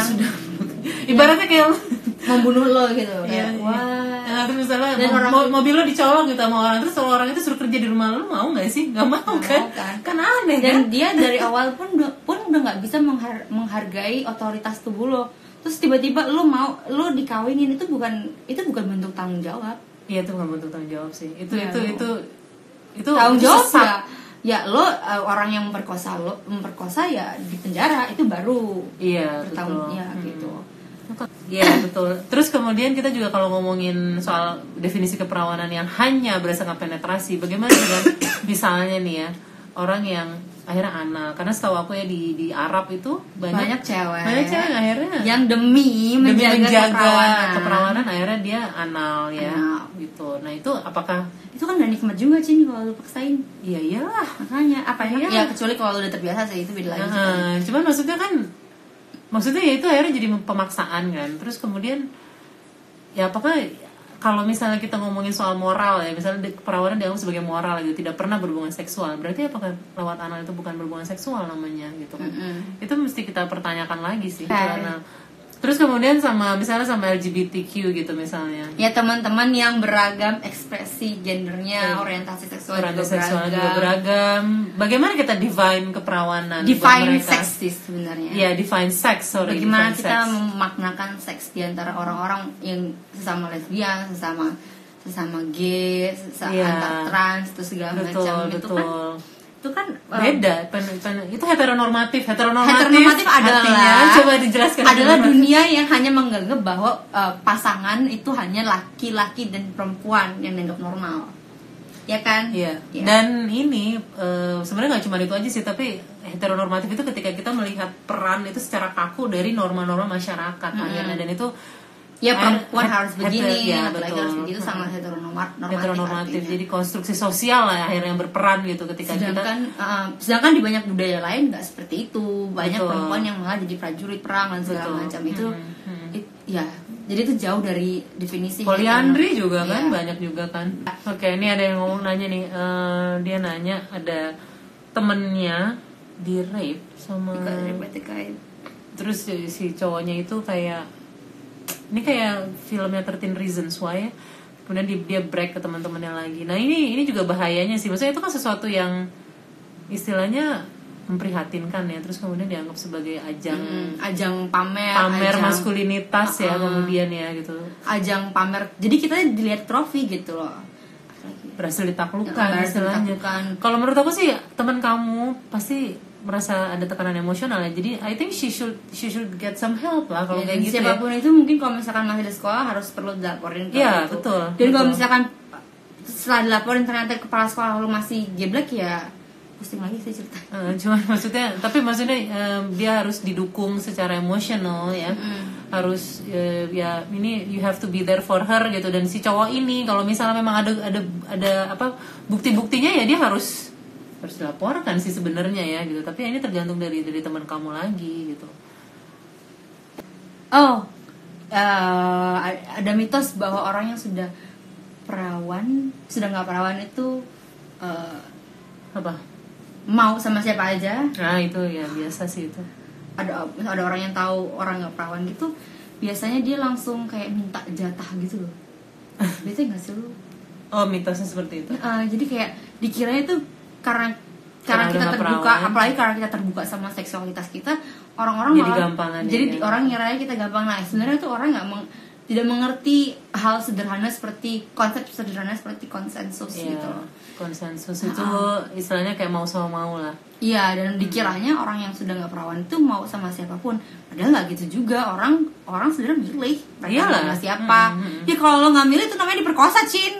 Speaker 2: yang
Speaker 1: sudah *laughs* ibaratnya kayak lu-
Speaker 2: membunuh lo gitu
Speaker 1: Iya,
Speaker 2: kayak
Speaker 1: iya.
Speaker 2: wah
Speaker 1: Nah, terus misalnya
Speaker 2: Dan
Speaker 1: mo-
Speaker 2: orang-
Speaker 1: mo- mobil lo dicolong gitu sama orang terus kalau orang itu suruh kerja di rumah lo mau nggak sih nggak mau
Speaker 2: Nggak
Speaker 1: kan?
Speaker 2: mau kan.
Speaker 1: kan aneh kan
Speaker 2: dan dia dari awal pun udah- pun udah nggak bisa menghar- menghargai otoritas tubuh lo terus tiba-tiba lo mau lo dikawinin itu bukan itu bukan bentuk tanggung jawab
Speaker 1: iya itu nggak bentuk tanggung jawab sih itu
Speaker 2: Iya,
Speaker 1: itu
Speaker 2: no.
Speaker 1: itu itu
Speaker 2: tanggung
Speaker 1: itu
Speaker 2: jawab
Speaker 1: sesat.
Speaker 2: ya ya lo eh, orang yang memperkosa lo memperkosa ya di penjara itu baru
Speaker 1: iya
Speaker 2: bertanggung
Speaker 1: betul.
Speaker 2: ya
Speaker 1: Hmm.
Speaker 2: gitu
Speaker 1: Iya betul. Terus kemudian kita juga kalau ngomongin soal definisi keperawanan yang hanya berdasarkan penetrasi, bagaimana dengan
Speaker 2: *coughs*
Speaker 1: misalnya nih ya orang yang akhirnya anak, karena setahu aku ya di di Arab itu
Speaker 2: banyak,
Speaker 1: banyak
Speaker 2: cewek
Speaker 1: banyak cewek akhirnya
Speaker 2: yang demi
Speaker 1: demi
Speaker 2: menjaga,
Speaker 1: menjaga
Speaker 2: keperawanan,
Speaker 1: keperawanan akhirnya dia anal ya
Speaker 2: Anal.
Speaker 1: gitu. gitu nah itu apakah
Speaker 2: itu kan gak nikmat juga Cin kalau lu paksain
Speaker 1: iya iyalah
Speaker 2: makanya apa
Speaker 1: Iya.
Speaker 2: ya kecuali kalau lu udah terbiasa sih itu beda lagi sih.
Speaker 1: Nah, cuman maksudnya kan maksudnya ya itu akhirnya jadi pemaksaan kan terus kemudian ya apakah kalau misalnya kita ngomongin soal moral ya misalnya di- perawanan dianggap sebagai moral gitu tidak pernah berhubungan seksual berarti apakah lewat anal itu bukan berhubungan seksual namanya gitu kan
Speaker 2: Mm-mm.
Speaker 1: itu mesti kita pertanyakan lagi sih
Speaker 2: Oke.
Speaker 1: karena terus kemudian sama misalnya sama LGBTQ gitu misalnya
Speaker 2: ya teman-teman yang beragam ekspresi gendernya
Speaker 1: Iya.
Speaker 2: orientasi seksual
Speaker 1: Orang
Speaker 2: juga
Speaker 1: seksualnya juga
Speaker 2: beragam
Speaker 1: beragam bagaimana kita define keperawanan buat
Speaker 2: define
Speaker 1: mereka?
Speaker 2: sex sih sebenarnya
Speaker 1: Iya, define sex, sorry.
Speaker 2: bagaimana
Speaker 1: define
Speaker 2: kita
Speaker 1: sex.
Speaker 2: memaknakan seks di antara orang-orang yang sesama lesbian, sesama sesama gay, sesama
Speaker 1: Iya.
Speaker 2: antar trans, terus segala
Speaker 1: betul,
Speaker 2: macam itu
Speaker 1: betul.
Speaker 2: kan itu kan um,
Speaker 1: Beda, pen- pen- itu heteronormatif. Heteronormatif,
Speaker 2: Heteronormatif adalah
Speaker 1: artinya, coba dijelaskan
Speaker 2: adalah
Speaker 1: heteronormatif.
Speaker 2: dunia yang hanya menganggap bahwa uh, pasangan itu hanya laki-laki dan perempuan yang dianggap normal, ya kan?
Speaker 1: Iya.
Speaker 2: Ya.
Speaker 1: Dan ini eh, sebenarnya nggak cuma itu aja sih, tapi heteronormatif itu ketika kita melihat peran itu secara kaku dari norma-norma masyarakat akhirnya dan itu
Speaker 2: Ya
Speaker 1: akhir-
Speaker 2: perempuan
Speaker 1: het-
Speaker 2: harus begini, laki-laki
Speaker 1: heter- ya, betul. Hmm.
Speaker 2: harus begini itu sangat heteronormatif.
Speaker 1: heteronormatif.
Speaker 2: artinya.
Speaker 1: Jadi konstruksi sosial lah akhirnya yang berperan gitu ketika kita
Speaker 2: sedangkan uh, sedangkan di banyak budaya lain nggak seperti itu banyak
Speaker 1: Betul.
Speaker 2: perempuan yang malah jadi prajurit perang dan segala
Speaker 1: Betul.
Speaker 2: macam itu
Speaker 1: Hmm, hmm.
Speaker 2: it- ya jadi itu jauh dari definisi
Speaker 1: Poliandri juga
Speaker 2: Iya.
Speaker 1: kan banyak juga kan. Oke, ini ada yang ngomong nanya nih. eh, dia nanya ada temennya di rape sama
Speaker 2: Bukan dari BTKI.
Speaker 1: terus si- si cowoknya itu kayak ini kayak filmnya 13 Reasons Why ya. Kemudian di- dia break ke teman-temannya lagi. Nah, ini ini juga bahayanya sih. Maksudnya itu kan sesuatu yang istilahnya memprihatinkan ya. Terus kemudian dianggap sebagai ajang
Speaker 2: Hmm, ajang pamer
Speaker 1: pamer
Speaker 2: ajang,
Speaker 1: maskulinitas ya kemudian ya gitu.
Speaker 2: ajang pamer jadi kita dilihat trofi gitu loh
Speaker 1: berhasil ditaklukkan
Speaker 2: Berhasil
Speaker 1: istilahnya
Speaker 2: ditaklukkan.
Speaker 1: kalau menurut aku sih teman kamu pasti merasa ada tekanan emosional ya jadi I think she should she should get some help lah kalau
Speaker 2: Ya,
Speaker 1: kayak
Speaker 2: dan
Speaker 1: gitu ya.
Speaker 2: siapapun itu mungkin kalau misalkan masih di sekolah harus perlu dilaporin kalau
Speaker 1: Iya,
Speaker 2: itu.
Speaker 1: betul,
Speaker 2: dan kalau
Speaker 1: betul.
Speaker 2: misalkan setelah dilaporin ternyata kepala sekolah lu masih geblek ya pusing lagi sih cerita
Speaker 1: Eh, cuman *laughs* maksudnya tapi maksudnya eh, dia harus didukung secara emosional ya harus eh, ya ini you have to be there for her gitu dan si cowok ini kalau misalnya memang ada ada ada apa bukti-buktinya ya dia harus harus dilaporkan sih sebenarnya ya gitu tapi ya ini tergantung dari dari teman kamu lagi gitu
Speaker 2: Oh, eh, ada mitos bahwa orang yang sudah perawan, sudah nggak perawan itu eh,
Speaker 1: apa
Speaker 2: mau sama siapa aja.
Speaker 1: Nah itu ya biasa sih itu.
Speaker 2: Ada ada orang yang tahu orang nggak perawan gitu, biasanya dia langsung kayak minta jatah gitu
Speaker 1: *laughs*
Speaker 2: loh. Biasanya nggak sih lu?
Speaker 1: Oh mitosnya seperti itu.
Speaker 2: Eh, jadi kayak dikiranya itu karena
Speaker 1: Karena
Speaker 2: karena
Speaker 1: udah
Speaker 2: kita
Speaker 1: nggak
Speaker 2: terbuka,
Speaker 1: perawan.
Speaker 2: apalagi karena kita terbuka sama seksualitas kita, orang-orang
Speaker 1: Jadi
Speaker 2: malah-
Speaker 1: gampangan
Speaker 2: jadi
Speaker 1: ya.
Speaker 2: di- orang ngira kita gampang nah sebenarnya tuh orang nggak meng- tidak mengerti hal sederhana seperti konsep sederhana seperti konsensus
Speaker 1: Iya,
Speaker 2: gitu loh.
Speaker 1: konsensus itu istilahnya kayak mau sama mau lah.
Speaker 2: Iya dan
Speaker 1: Hmm.
Speaker 2: dikiranya orang yang sudah nggak perawan itu mau sama siapapun padahal nggak gitu juga orang orang sebenarnya milih mereka
Speaker 1: Iyalah. Hmm,
Speaker 2: sama siapa ya kalau lo nggak milih itu namanya diperkosa cin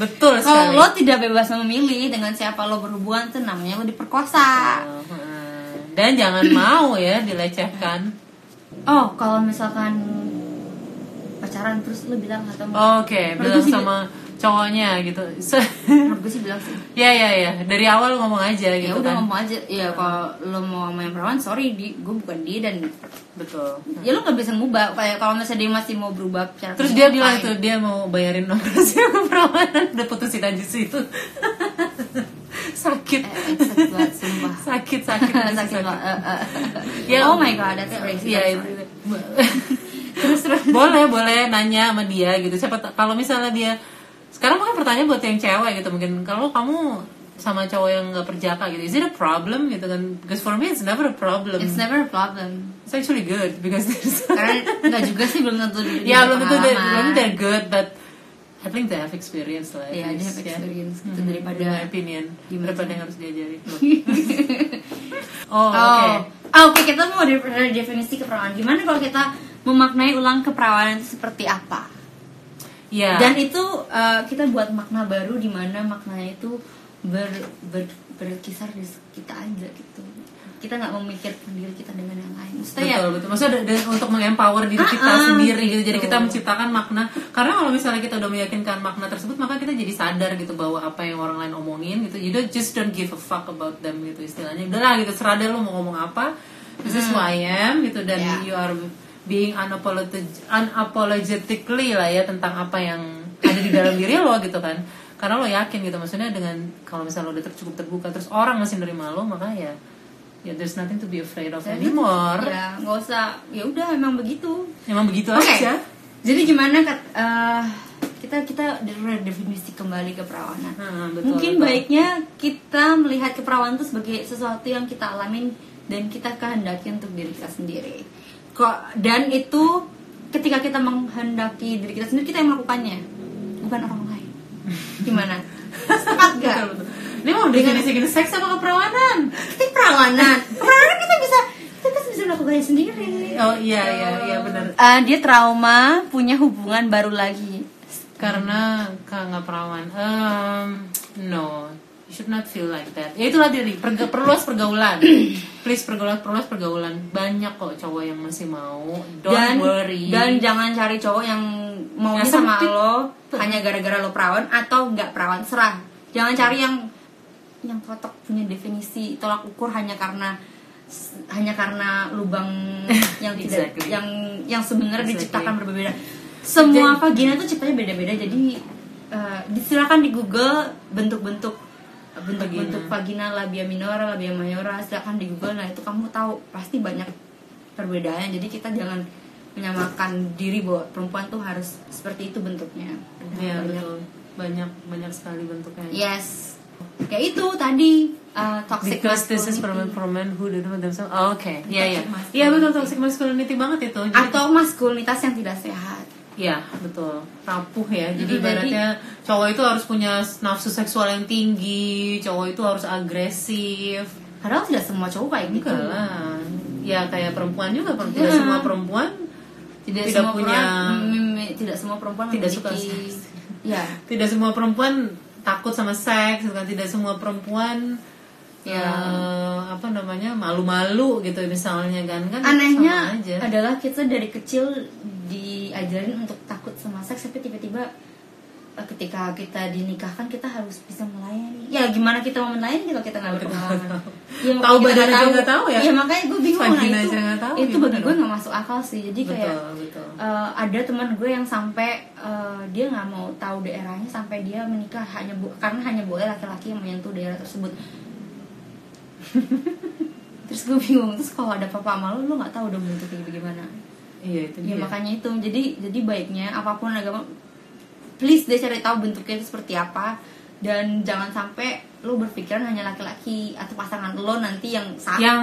Speaker 1: Betul
Speaker 2: kalau
Speaker 1: sekali.
Speaker 2: lo tidak bebas memilih dengan siapa lo berhubungan itu namanya lo diperkosa
Speaker 1: Heeh. Dan
Speaker 2: *clears throat*
Speaker 1: jangan mau ya dilecehkan.
Speaker 2: oh kalau misalkan pacaran terus lo bilang atau
Speaker 1: Oke,
Speaker 2: Menurut
Speaker 1: bilang
Speaker 2: gue sih-
Speaker 1: sama cowoknya gitu. Se- *laughs*
Speaker 2: menurut gue sih bilang sih
Speaker 1: ya ya ya, dari awal ngomong aja
Speaker 2: ya
Speaker 1: gitu
Speaker 2: udah
Speaker 1: kan.
Speaker 2: ngomong aja ya kalau lo mau sama yang perawan sorry di gue bukan dia dan
Speaker 1: Betul.
Speaker 2: ya lo nggak bisa ngubah kayak kalau misalnya dia masih mau berubah cara
Speaker 1: Terus dia bilang tuh dia mau bayarin *laughs* operasi keperawanan udah putusin aja sih itu. *laughs* sakit,
Speaker 2: banget Eh, sumpah
Speaker 1: sakit, sakit,
Speaker 2: *laughs* sakit
Speaker 1: sakit.
Speaker 2: banget, eh, eh.
Speaker 1: Ya.
Speaker 2: oh my god that's crazy
Speaker 1: Iya,
Speaker 2: that's
Speaker 1: itu- *laughs* terus terus boleh boleh nanya sama dia gitu siapa ta- kalau misalnya dia sekarang mungkin pertanyaan buat yang cewek gitu mungkin kalau kamu sama cowok yang nggak perjaka gitu is it a problem gitu kan because for me it's never a problem
Speaker 2: right. it's
Speaker 1: it's,
Speaker 2: never a problem
Speaker 1: actually good because there's
Speaker 2: karena nggak juga sih belum tentu dia
Speaker 1: ya belum tentu they-
Speaker 2: pengalaman.
Speaker 1: belum tentu they're good but I think they have experience lah at
Speaker 2: Iya, dia
Speaker 1: least,
Speaker 2: have
Speaker 1: ya.
Speaker 2: experience gitu
Speaker 1: Mhm,
Speaker 2: daripada-
Speaker 1: in my opinion
Speaker 2: Gimana?
Speaker 1: daripada yang harus
Speaker 2: *laughs*
Speaker 1: diajari
Speaker 2: Oh,
Speaker 1: oh, oke
Speaker 2: Ah, oke kita mau de- dari definisi keperawanan. Gimana kalau kita memaknai ulang keperawanan itu seperti apa?
Speaker 1: ya
Speaker 2: Dan itu eh, kita buat makna baru di mana maknanya itu ber, ber- berkisar di se- kita aja gitu. kita nggak memikirkan diri kita dengan yang lain maksudnya ya
Speaker 1: betul betul maksudnya da- da- untuk mengempower diri kita
Speaker 2: Ah, ah,
Speaker 1: sendiri gitu jadi
Speaker 2: gitu.
Speaker 1: kita menciptakan makna karena kalau misalnya kita udah meyakinkan makna tersebut maka kita jadi sadar gitu bahwa apa yang orang lain omongin gitu you don't, just don't give a fuck about them gitu istilahnya udahlah gitu serah deh lo mau ngomong apa this is who I am gitu dan
Speaker 2: Hmm. Ya.
Speaker 1: you are being unapologetic, unapologetically lah ya tentang apa yang ada di dalam diri lo gitu kan karena lo yakin gitu maksudnya dengan kalau misalnya lo udah ter- cukup terbuka terus orang masih nerima lo maka ya ya there's nothing to be afraid of anymore
Speaker 2: ya nggak usah ya udah emang begitu
Speaker 1: Emang begitu
Speaker 2: Oke.
Speaker 1: aja.
Speaker 2: Jadi gimana kat, eh, kita kita redefinisi kembali keperawanan.
Speaker 1: Heeh, betul,
Speaker 2: Mungkin
Speaker 1: betul.
Speaker 2: baiknya kita melihat keperawanan itu sebagai sesuatu yang kita alamin dan kita kehendaki untuk diri kita sendiri. Kok dan itu ketika kita menghendaki diri kita sendiri kita yang melakukannya, bukan orang lain. *laughs* Gimana? Sepakat gak?
Speaker 1: Betul, betul. Ini mau definisiin seks apa keperawanan?
Speaker 2: Kita keperawanan. Keperawanan kita bisa kita bisa melakukannya sendiri.
Speaker 1: Oh iya iya iya benar.
Speaker 2: Eh, dia trauma punya hubungan baru lagi.
Speaker 1: Karena ka- nggak perawan. Um, no, you should not feel like that. Ya itulah diri. Perga- perluas *clears throat* pergaulan. Please pergaulan perluas pergaulan. Banyak kok cowok yang masih mau. Don't
Speaker 2: dan
Speaker 1: worry.
Speaker 2: dan jangan cari cowok yang mau
Speaker 1: Yang
Speaker 2: sama
Speaker 1: sempit.
Speaker 2: lo hanya gara-gara lo perawan atau nggak perawan serah jangan cari yang yang kotak punya definisi tolak ukur hanya karena hanya karena
Speaker 1: *laughs*
Speaker 2: lubang yang tidak
Speaker 1: Exactly.
Speaker 2: yang yang sebenarnya
Speaker 1: Exactly.
Speaker 2: diciptakan berbeda semua vagina tuh ciptanya beda-beda jadi eh, silakan di Google bentuk-bentuk bentuk-bentuk vagina labia minora labia mayora silakan di Google nah itu kamu tahu pasti banyak perbedaannya jadi kita jangan menyamakan diri bahwa perempuan tuh harus seperti itu bentuknya Banyak.
Speaker 1: Iya, betul. Iya, Banyak banyak sekali bentuknya.
Speaker 2: yes kayak itu tadi eh, toxic
Speaker 1: Because this is for men,
Speaker 2: masculinity.
Speaker 1: for men who don't know themselves. Oh, Oke, iya iya.
Speaker 2: Toxic masculinity.
Speaker 1: Iya betul toxic masculinity banget itu. Jadi-
Speaker 2: atau maskulinitas yang tidak sehat
Speaker 1: Iya betul rapuh ya jadi
Speaker 2: Mm, jadi-
Speaker 1: ibaratnya cowok itu harus punya nafsu seksual yang tinggi cowok itu harus agresif
Speaker 2: padahal tidak semua cowok kayak gitu
Speaker 1: enggak lah ya kayak perempuan juga perempuan tidak
Speaker 2: Iya.
Speaker 1: semua perempuan
Speaker 2: tidak,
Speaker 1: Tidak
Speaker 2: semua
Speaker 1: punya-
Speaker 2: perempuan- mm, mm, tidak semua perempuan
Speaker 1: Tidak suka
Speaker 2: memiliki-
Speaker 1: seks.
Speaker 2: ya
Speaker 1: tidak semua perempuan takut sama seks gitu kan tidak semua perempuan ya
Speaker 2: Iya.
Speaker 1: apa namanya malu-malu gitu misalnya kan kan
Speaker 2: anehnya
Speaker 1: sama aja
Speaker 2: adalah kita dari kecil diajarin untuk takut sama seks tapi tiba-tiba eh, ketika kita dinikahkan kita harus bisa melayani ya gimana kita mau melayani kalau kita nggak
Speaker 1: *laughs*
Speaker 2: berpengalaman ya,
Speaker 1: Tahu
Speaker 2: kita
Speaker 1: badan
Speaker 2: nggak
Speaker 1: aja nggak tahu ya?
Speaker 2: makanya gue bingung nah,
Speaker 1: Vagina
Speaker 2: itu
Speaker 1: aja nggak tahu,
Speaker 2: itu
Speaker 1: gimana
Speaker 2: bagi gue
Speaker 1: dong?
Speaker 2: nggak masuk akal sih jadi kayak
Speaker 1: betul betul
Speaker 2: eh, ada teman gue yang sampai eh, dia nggak mau tahu daerahnya sampai dia menikah hanya bu- karena hanya boleh laki-laki yang menyentuh daerah tersebut *laughs* terus gue bingung terus kalau ada papa malu lu nggak tahu dong bentuknya kayak gimana
Speaker 1: iya itu
Speaker 2: ya
Speaker 1: dia
Speaker 2: makanya itu jadi jadi baiknya apapun agama please deh cari tahu bentuknya itu seperti apa dan jangan sampai lu berpikiran hanya laki-laki atau pasangan lo nanti yang sama
Speaker 1: yang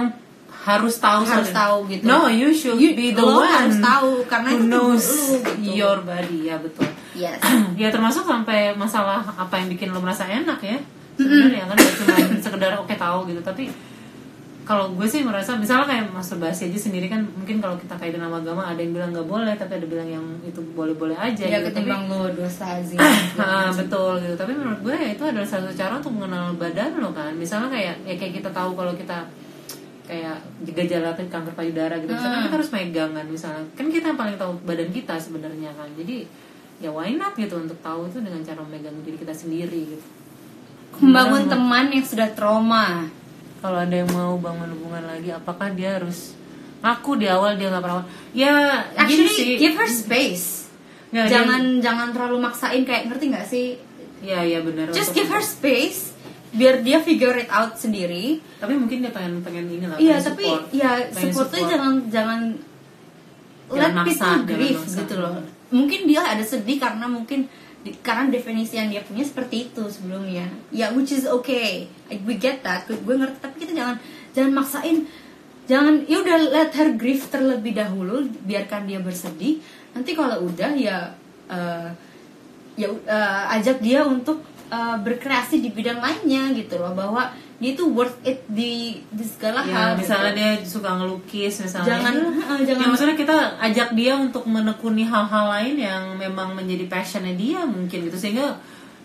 Speaker 1: harus tahu
Speaker 2: Harus
Speaker 1: saudara.
Speaker 2: tahu gitu.
Speaker 1: No, you should
Speaker 2: You-
Speaker 1: be the
Speaker 2: lo
Speaker 1: one
Speaker 2: harus tahu, karena
Speaker 1: who
Speaker 2: itu tubuh
Speaker 1: knows
Speaker 2: lo, gitu.
Speaker 1: your body ya betul. *clears throat*
Speaker 2: yes
Speaker 1: ya termasuk sampai masalah apa yang bikin lo merasa enak ya sebenarnya kan gak cuma *laughs* sekedar oke tahu gitu tapi kalau gue sih merasa misalnya kayak masturbasi aja sendiri kan mungkin kalau kita kaitin sama agama ada yang bilang nggak boleh tapi ada bilang yang itu boleh-boleh aja
Speaker 2: ya
Speaker 1: gitu tapi
Speaker 2: ketimbang lo dosa zina
Speaker 1: Ah, betul gitu tapi menurut gue ya, itu adalah satu cara untuk mengenal badan lo kan misalnya kayak ya kayak kita tahu kalau kita kayak gejala kanker payudara gitu misalnya
Speaker 2: Hmm.
Speaker 1: kita harus megangan misalnya kan kita yang paling tahu badan kita sebenarnya kan jadi ya why not gitu untuk tahu itu dengan cara memegang diri kita sendiri gitu
Speaker 2: *clears throat* membangun teman yang sudah trauma
Speaker 1: kalau ada yang mau bangun hubungan lagi apakah dia harus ngaku di awal dia nggak perawan ya gini sih
Speaker 2: actually give her space
Speaker 1: Nggak, dia-
Speaker 2: jangan jangan terlalu maksain kayak ngerti nggak sih
Speaker 1: ya ya benar
Speaker 2: just
Speaker 1: Untuk-
Speaker 2: give her space biar dia figure it out sendiri
Speaker 1: tapi mungkin dia pengen pengen ini lah
Speaker 2: iya
Speaker 1: pengen
Speaker 2: tapi
Speaker 1: support.
Speaker 2: ya
Speaker 1: Pengen
Speaker 2: supportnya
Speaker 1: support.
Speaker 2: jangan jangan let
Speaker 1: Jangan maksa,
Speaker 2: people
Speaker 1: jangan
Speaker 2: grieve
Speaker 1: maksa.
Speaker 2: gitu loh mungkin dia ada sedih karena mungkin di- karena definisi yang dia punya seperti itu sebelumnya ya which is okay I- we get that gue gue ngerti tapi kita jangan jangan maksain jangan ya udah let her grieve terlebih dahulu biarkan dia bersedih nanti kalau udah ya eh, ya eh, ajak dia untuk eh, berkreasi di bidang lainnya gitu loh bahwa dia itu worth it di di segala
Speaker 1: Ya,
Speaker 2: hal
Speaker 1: misalnya
Speaker 2: gitu.
Speaker 1: dia suka ngelukis misalnya
Speaker 2: Jangan-
Speaker 1: Ya,
Speaker 2: eh, jangan-
Speaker 1: ya, maksudnya kita ajak dia untuk menekuni hal-hal lain yang memang menjadi passionnya dia mungkin gitu sehingga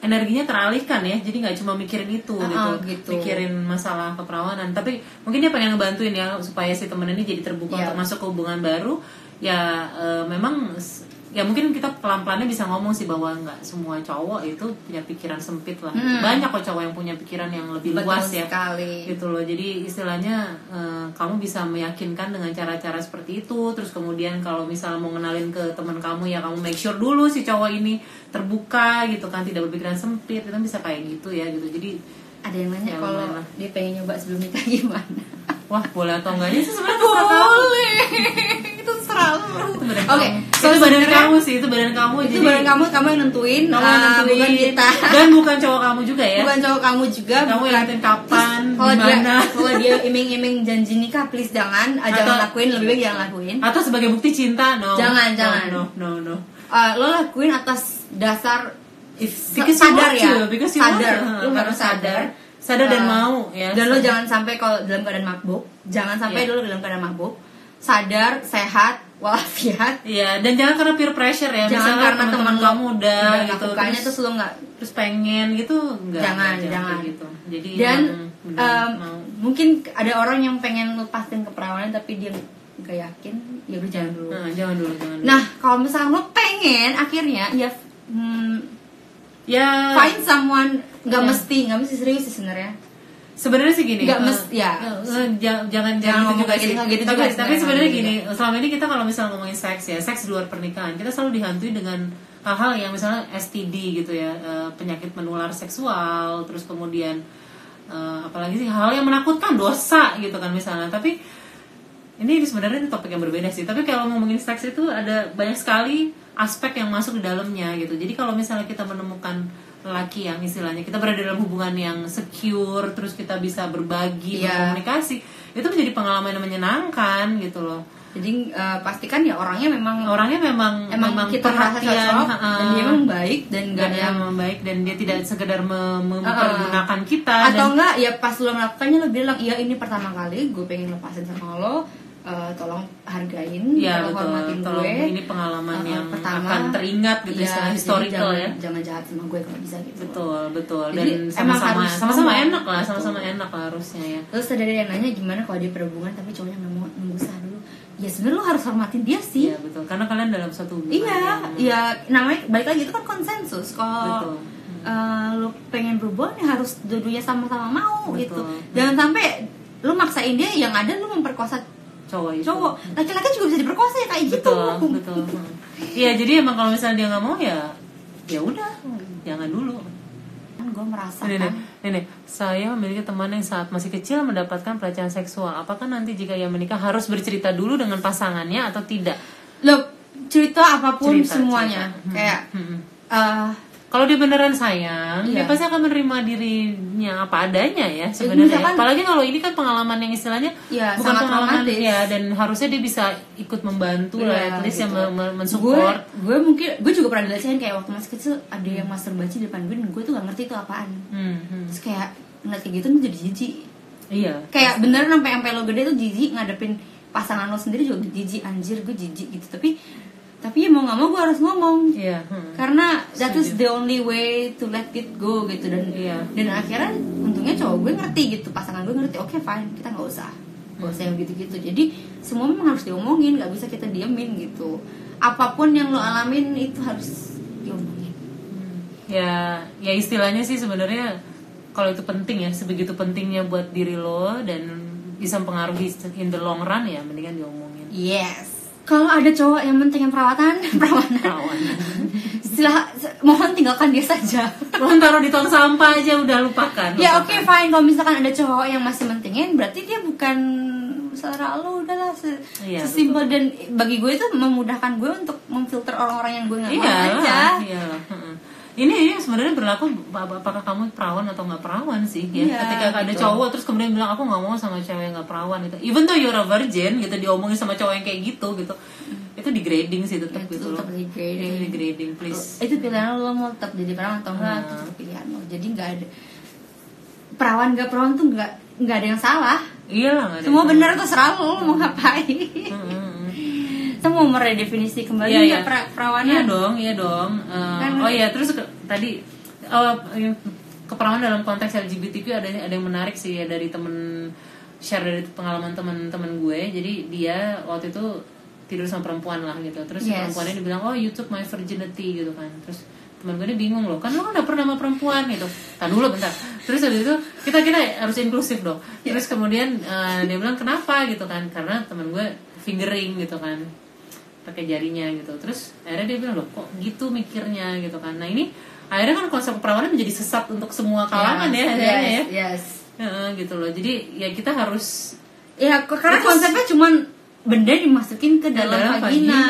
Speaker 1: energinya teralihkan ya jadi nggak cuma mikirin itu
Speaker 2: Ah,
Speaker 1: gitu.
Speaker 2: gitu.
Speaker 1: mikirin masalah keperawanan tapi mungkin dia pengen ngebantuin ya supaya si temen ini jadi terbuka
Speaker 2: Iya.
Speaker 1: untuk masuk ke hubungan baru ya eh, memang s- ya mungkin kita pelan pelannya bisa ngomong sih bahwa nggak semua cowok itu punya pikiran sempit lah gitu.
Speaker 2: Hmm.
Speaker 1: banyak kok cowok yang punya pikiran yang lebih
Speaker 2: Betul
Speaker 1: luas ya
Speaker 2: sekali.
Speaker 1: gitu loh jadi istilahnya eh, kamu bisa meyakinkan dengan cara-cara seperti itu terus kemudian kalau misalnya mau ngenalin ke teman kamu ya kamu make sure dulu si cowok ini terbuka gitu kan tidak berpikiran sempit itu bisa kayak gitu ya gitu jadi
Speaker 2: Ada yang nanya
Speaker 1: Ya,
Speaker 2: kalau
Speaker 1: lumayan lah.
Speaker 2: dia pengen nyoba sebelum nikah gimana?
Speaker 1: wah boleh atau enggaknya sih sebenarnya terserah kamu.
Speaker 2: Boleh. itu serah lu.
Speaker 1: Itu badan
Speaker 2: Oke,
Speaker 1: kamu.
Speaker 2: so
Speaker 1: itu badan
Speaker 2: sebenarnya-
Speaker 1: kamu sih itu badan kamu
Speaker 2: Itu
Speaker 1: jadi
Speaker 2: barang kamu kamu yang nentuin, ah,
Speaker 1: kamu yang nentuin.
Speaker 2: bukan kita.
Speaker 1: dan bukan cowok kamu juga *laughs* ya
Speaker 2: Bukan cowok kamu juga,
Speaker 1: kamu yang
Speaker 2: bukan
Speaker 1: nentuin kapan
Speaker 2: kalau dia
Speaker 1: gimana
Speaker 2: *laughs* kalau dia iming-iming janji nikah please jangan ah, jangan
Speaker 1: Atau-
Speaker 2: lakuin lebih baik jangan lakuin
Speaker 1: atau sebagai bukti cinta no
Speaker 2: Jangan,
Speaker 1: No,
Speaker 2: jangan.
Speaker 1: no no no
Speaker 2: Eh, lo lakuin atas dasar
Speaker 1: If,
Speaker 2: sa-
Speaker 1: because you
Speaker 2: sadar
Speaker 1: want
Speaker 2: ya
Speaker 1: to, because you want
Speaker 2: sadar
Speaker 1: to.
Speaker 2: lo
Speaker 1: Karena
Speaker 2: harus sadar
Speaker 1: sadar dan
Speaker 2: Eh,
Speaker 1: mau ya
Speaker 2: dan lo jangan sampai kalau dalam keadaan mabuk jangan sampai
Speaker 1: Iya.
Speaker 2: dulu dalam keadaan mabuk sadar sehat walafiat
Speaker 1: Iya, dan jangan karena peer pressure ya.
Speaker 2: jangan
Speaker 1: Misalnya
Speaker 2: karena teman
Speaker 1: teman-teman
Speaker 2: lo
Speaker 1: kamu udah, gitu
Speaker 2: lakukannya terus,
Speaker 1: terus,
Speaker 2: lo nggak
Speaker 1: terus pengen gitu enggak.
Speaker 2: Jangan,
Speaker 1: enggak,
Speaker 2: jangan.
Speaker 1: kayak gitu. Jadi
Speaker 2: dan
Speaker 1: emang benar,
Speaker 2: em,
Speaker 1: mau.
Speaker 2: mungkin ada orang yang pengen lepasin keperawanan tapi dia nggak yakin ya udah jangan dulu
Speaker 1: Nah, jangan dulu, jangan. Dulu.
Speaker 2: Nah, kalau misalnya lo pengen akhirnya ya hmm,
Speaker 1: ya
Speaker 2: find someone nggak
Speaker 1: Ya.
Speaker 2: mesti nggak mesti serius sih sebenarnya.
Speaker 1: sebenarnya sih gini
Speaker 2: Nggak
Speaker 1: eh,
Speaker 2: mesti, ya.
Speaker 1: eh, eh, ja- jangan
Speaker 2: Jangan
Speaker 1: jangan
Speaker 2: ngomong
Speaker 1: gitu juga
Speaker 2: kayak
Speaker 1: sih
Speaker 2: gitu, kayak gitu
Speaker 1: tapi,
Speaker 2: juga
Speaker 1: tapi
Speaker 2: sebenarnya.
Speaker 1: sebenarnya gini selama ini kita kalau misalnya ngomongin seks ya seks di luar pernikahan kita selalu dihantui dengan hal-hal yang misalnya STD gitu ya eh, penyakit menular seksual terus kemudian eh, apalagi sih hal yang menakutkan dosa gitu kan misalnya tapi ini sebenarnya ini topik yang berbeda sih tapi kalau ngomongin seks itu ada banyak sekali aspek yang masuk di dalamnya gitu jadi kalau misalnya kita menemukan lelaki yang istilahnya kita berada dalam hubungan yang secure terus kita bisa berbagi
Speaker 2: Iya.
Speaker 1: berkomunikasi itu menjadi pengalaman yang menyenangkan gitu loh
Speaker 2: Jadi eh, pastikan ya orangnya memang
Speaker 1: orangnya memang
Speaker 2: emang kita merasa cocok
Speaker 1: ha-ha.
Speaker 2: dan dia kan ya? memang baik dan nggak
Speaker 1: dan dia
Speaker 2: yang
Speaker 1: memang baik dan dia tidak sekedar mem- mempergunakan kita
Speaker 2: Hmm. atau
Speaker 1: dan
Speaker 2: enggak ya pas lo melakukannya lo bilang iya ini pertama kali gue pengen lepasin sama lo eh, tolong hargain tolong
Speaker 1: ya betul
Speaker 2: hormatin
Speaker 1: tolong
Speaker 2: gue
Speaker 1: ini pengalaman
Speaker 2: Eh,
Speaker 1: yang
Speaker 2: pertama,
Speaker 1: akan teringat gitu
Speaker 2: ya,
Speaker 1: istilah
Speaker 2: jadi
Speaker 1: historical
Speaker 2: jangan,
Speaker 1: ya
Speaker 2: jangan jahat sama gue kalau bisa gitu
Speaker 1: betul betul dan
Speaker 2: Jadi, emang
Speaker 1: sama-sama
Speaker 2: harus
Speaker 1: sama-sama
Speaker 2: ngomong.
Speaker 1: enak lah
Speaker 2: Betul.
Speaker 1: sama-sama enak lah harusnya ya
Speaker 2: Terus ada yang nanya gimana kalau dia berhubungan tapi cowoknya nggak mau nunggu sah dulu. Ya sebenarnya lo harus hormatin dia sih.
Speaker 1: iya betul karena kalian dalam satu hubungan
Speaker 2: Iya,
Speaker 1: yang-
Speaker 2: ya namanya balik lagi itu kan konsensus. Kalau
Speaker 1: Betul.
Speaker 2: eh, lo pengen berhubungan ya harus dua-duanya sama-sama mau
Speaker 1: Betul.
Speaker 2: gitu. Jangan sampai lo maksain dia yang ada lo memperkosa
Speaker 1: cowok itu.
Speaker 2: cowok. Laki-laki juga bisa diperkosa ya kayak gitu.
Speaker 1: betul betul iya jadi emang kalau misalnya dia nggak mau ya ya udah jangan dulu
Speaker 2: Kan gue
Speaker 1: Ini nih,
Speaker 2: merasakan.
Speaker 1: ini nih, saya memiliki teman yang saat masih kecil mendapatkan pelecehan seksual. Apakah nanti jika ia menikah harus bercerita dulu dengan pasangannya atau tidak?
Speaker 2: Lo cerita apapun
Speaker 1: Cerita,
Speaker 2: semuanya
Speaker 1: cerita. Hmm.
Speaker 2: kayak
Speaker 1: Hmm.
Speaker 2: eh,
Speaker 1: Kalau dia beneran sayang, dia
Speaker 2: Iya.
Speaker 1: pasti akan menerima dirinya apa adanya ya sebenarnya.
Speaker 2: misalkan-
Speaker 1: Apalagi kalau ini kan pengalaman yang istilahnya
Speaker 2: Iya,
Speaker 1: bukan
Speaker 2: sangat
Speaker 1: pengalaman
Speaker 2: traumatis.
Speaker 1: ya dan harusnya dia bisa ikut membantu lah,
Speaker 2: Iya,
Speaker 1: at least
Speaker 2: gitu.
Speaker 1: yang me- me-
Speaker 2: gue
Speaker 1: mensupport.
Speaker 2: gue mungkin gue juga pernah dilecehin kayak waktu masih kecil ada yang masturbasi di depan gue dan gue tuh gak ngerti itu apaan
Speaker 1: Hmm, hmm.
Speaker 2: terus kayak ngeliat kayak gitu jadi jijik
Speaker 1: Iya.
Speaker 2: kayak beneran sampai sampai lo gede tuh jijik ngadepin pasangan lo sendiri juga jijik anjir gue jijik gitu tapi tapi ya mau nggak mau gue harus ngomong
Speaker 1: Iya. hmm.
Speaker 2: karena that is the only way to let it go gitu dan
Speaker 1: Iya.
Speaker 2: dan akhirnya untungnya cowok gue ngerti gitu pasangan gue ngerti oke fine kita nggak usah nggak usah yang gitu-gitu jadi semua memang harus diomongin nggak bisa kita diemin gitu apapun yang lo alamin itu harus diomongin
Speaker 1: ya ya istilahnya sih sebenarnya kalau itu penting ya sebegitu pentingnya buat diri lo dan bisa mempengaruhi in the long run ya
Speaker 2: *laughs*
Speaker 1: mendingan diomongin
Speaker 2: yes kalau ada cowok yang pentingin perawatan *laughs* perawanan
Speaker 1: kawan
Speaker 2: silah mohon tinggalkan dia saja
Speaker 1: lo taruh di tong sampah aja udah lupakan
Speaker 2: ya oke
Speaker 1: Lupakan.
Speaker 2: fine kalau misalkan ada cowok yang masih mentingin berarti dia bukan selera lo udahlah se
Speaker 1: Iya,
Speaker 2: sesimpel dan bagi gue itu memudahkan gue untuk memfilter orang-orang yang gue nggak mau
Speaker 1: iya
Speaker 2: aja
Speaker 1: iya ini ini sebenarnya berlaku ap- apakah kamu perawan atau nggak perawan sih ya
Speaker 2: Iya,
Speaker 1: ketika ada
Speaker 2: gitu.
Speaker 1: cowok terus kemudian bilang aku nggak mau sama cewek yang nggak perawan gitu even though you're a virgin gitu diomongin sama cowok yang kayak gitu gitu itu degrading sih tetap
Speaker 2: Itu
Speaker 1: gitu loh
Speaker 2: tetap degrading.
Speaker 1: Itu degrading please
Speaker 2: itu pilihan lo mau tetap jadi perawan atau
Speaker 1: Ah.
Speaker 2: enggak itu tetap pilihan lo jadi nggak ada perawan nggak perawan tuh nggak nggak ada yang salah
Speaker 1: Iya lah. nggak ada
Speaker 2: semua
Speaker 1: yang
Speaker 2: benar terserah lo lo mau ngapain
Speaker 1: *laughs* tahu. Mm, mm, mm.
Speaker 2: kita mau meredefinisi kembali
Speaker 1: Iya,
Speaker 2: nggak
Speaker 1: iya.
Speaker 2: pra-
Speaker 1: Iya
Speaker 2: perawanan
Speaker 1: dong, iya dong. Eh,
Speaker 2: Kan-
Speaker 1: oh iya, terus ke- tadi eh, yang keperawanan dalam konteks LGBTQ ada ada yang menarik sih ya dari temen share dari pengalaman temen-temen gue jadi dia waktu itu tidur sama perempuan lah gitu terus si
Speaker 2: Yes.
Speaker 1: perempuannya dibilang oh you took my virginity gitu kan terus temen gue ini bingung loh kan lo kan udah pernah sama perempuan gitu tak dulu bentar terus habis itu kita kita harus inklusif dong terus kemudian eh, dia bilang kenapa gitu kan karena temen gue fingering gitu kan pakai jarinya gitu terus akhirnya dia bilang loh kok gitu mikirnya gitu kan nah ini akhirnya kan konsep keperawanan menjadi sesat untuk semua kalangan ya
Speaker 2: Yes,
Speaker 1: akhirnya ya
Speaker 2: yes, yes.
Speaker 1: Heeh, gitu loh jadi ya kita harus
Speaker 2: Ya, ke- karena
Speaker 1: Terus-
Speaker 2: konsepnya cuman benda dimasukin ke dalam, vagina.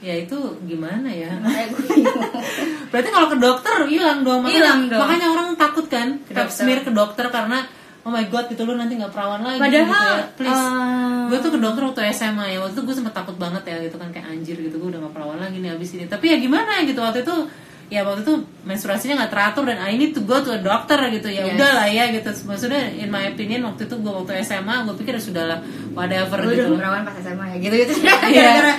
Speaker 1: ya itu gimana ya
Speaker 2: Makanya *laughs* gue bingung.
Speaker 1: berarti kalau ke dokter hilang dong makanya,
Speaker 2: Hilang dong.
Speaker 1: makanya orang takut kan
Speaker 2: Ke
Speaker 1: pap
Speaker 2: dokter.
Speaker 1: smear ke dokter karena oh my god gitu lu nanti nggak perawan lagi gitu
Speaker 2: Padahal,
Speaker 1: ya. please
Speaker 2: eh,
Speaker 1: gue tuh ke dokter waktu SMA ya waktu itu gue sempet takut banget ya gitu kan kayak anjir gitu gue udah gak perawan lagi nih abis ini tapi ya gimana gitu waktu itu ya waktu itu menstruasinya nggak teratur dan I need to go to a doctor gitu ya
Speaker 2: Yes.
Speaker 1: udahlah ya gitu maksudnya in my opinion waktu itu gue waktu SMA gue pikir ya sudahlah whatever
Speaker 2: Lu udah
Speaker 1: gitu loh
Speaker 2: perawan pas SMA ya gitu gitu. *laughs* Gara-gara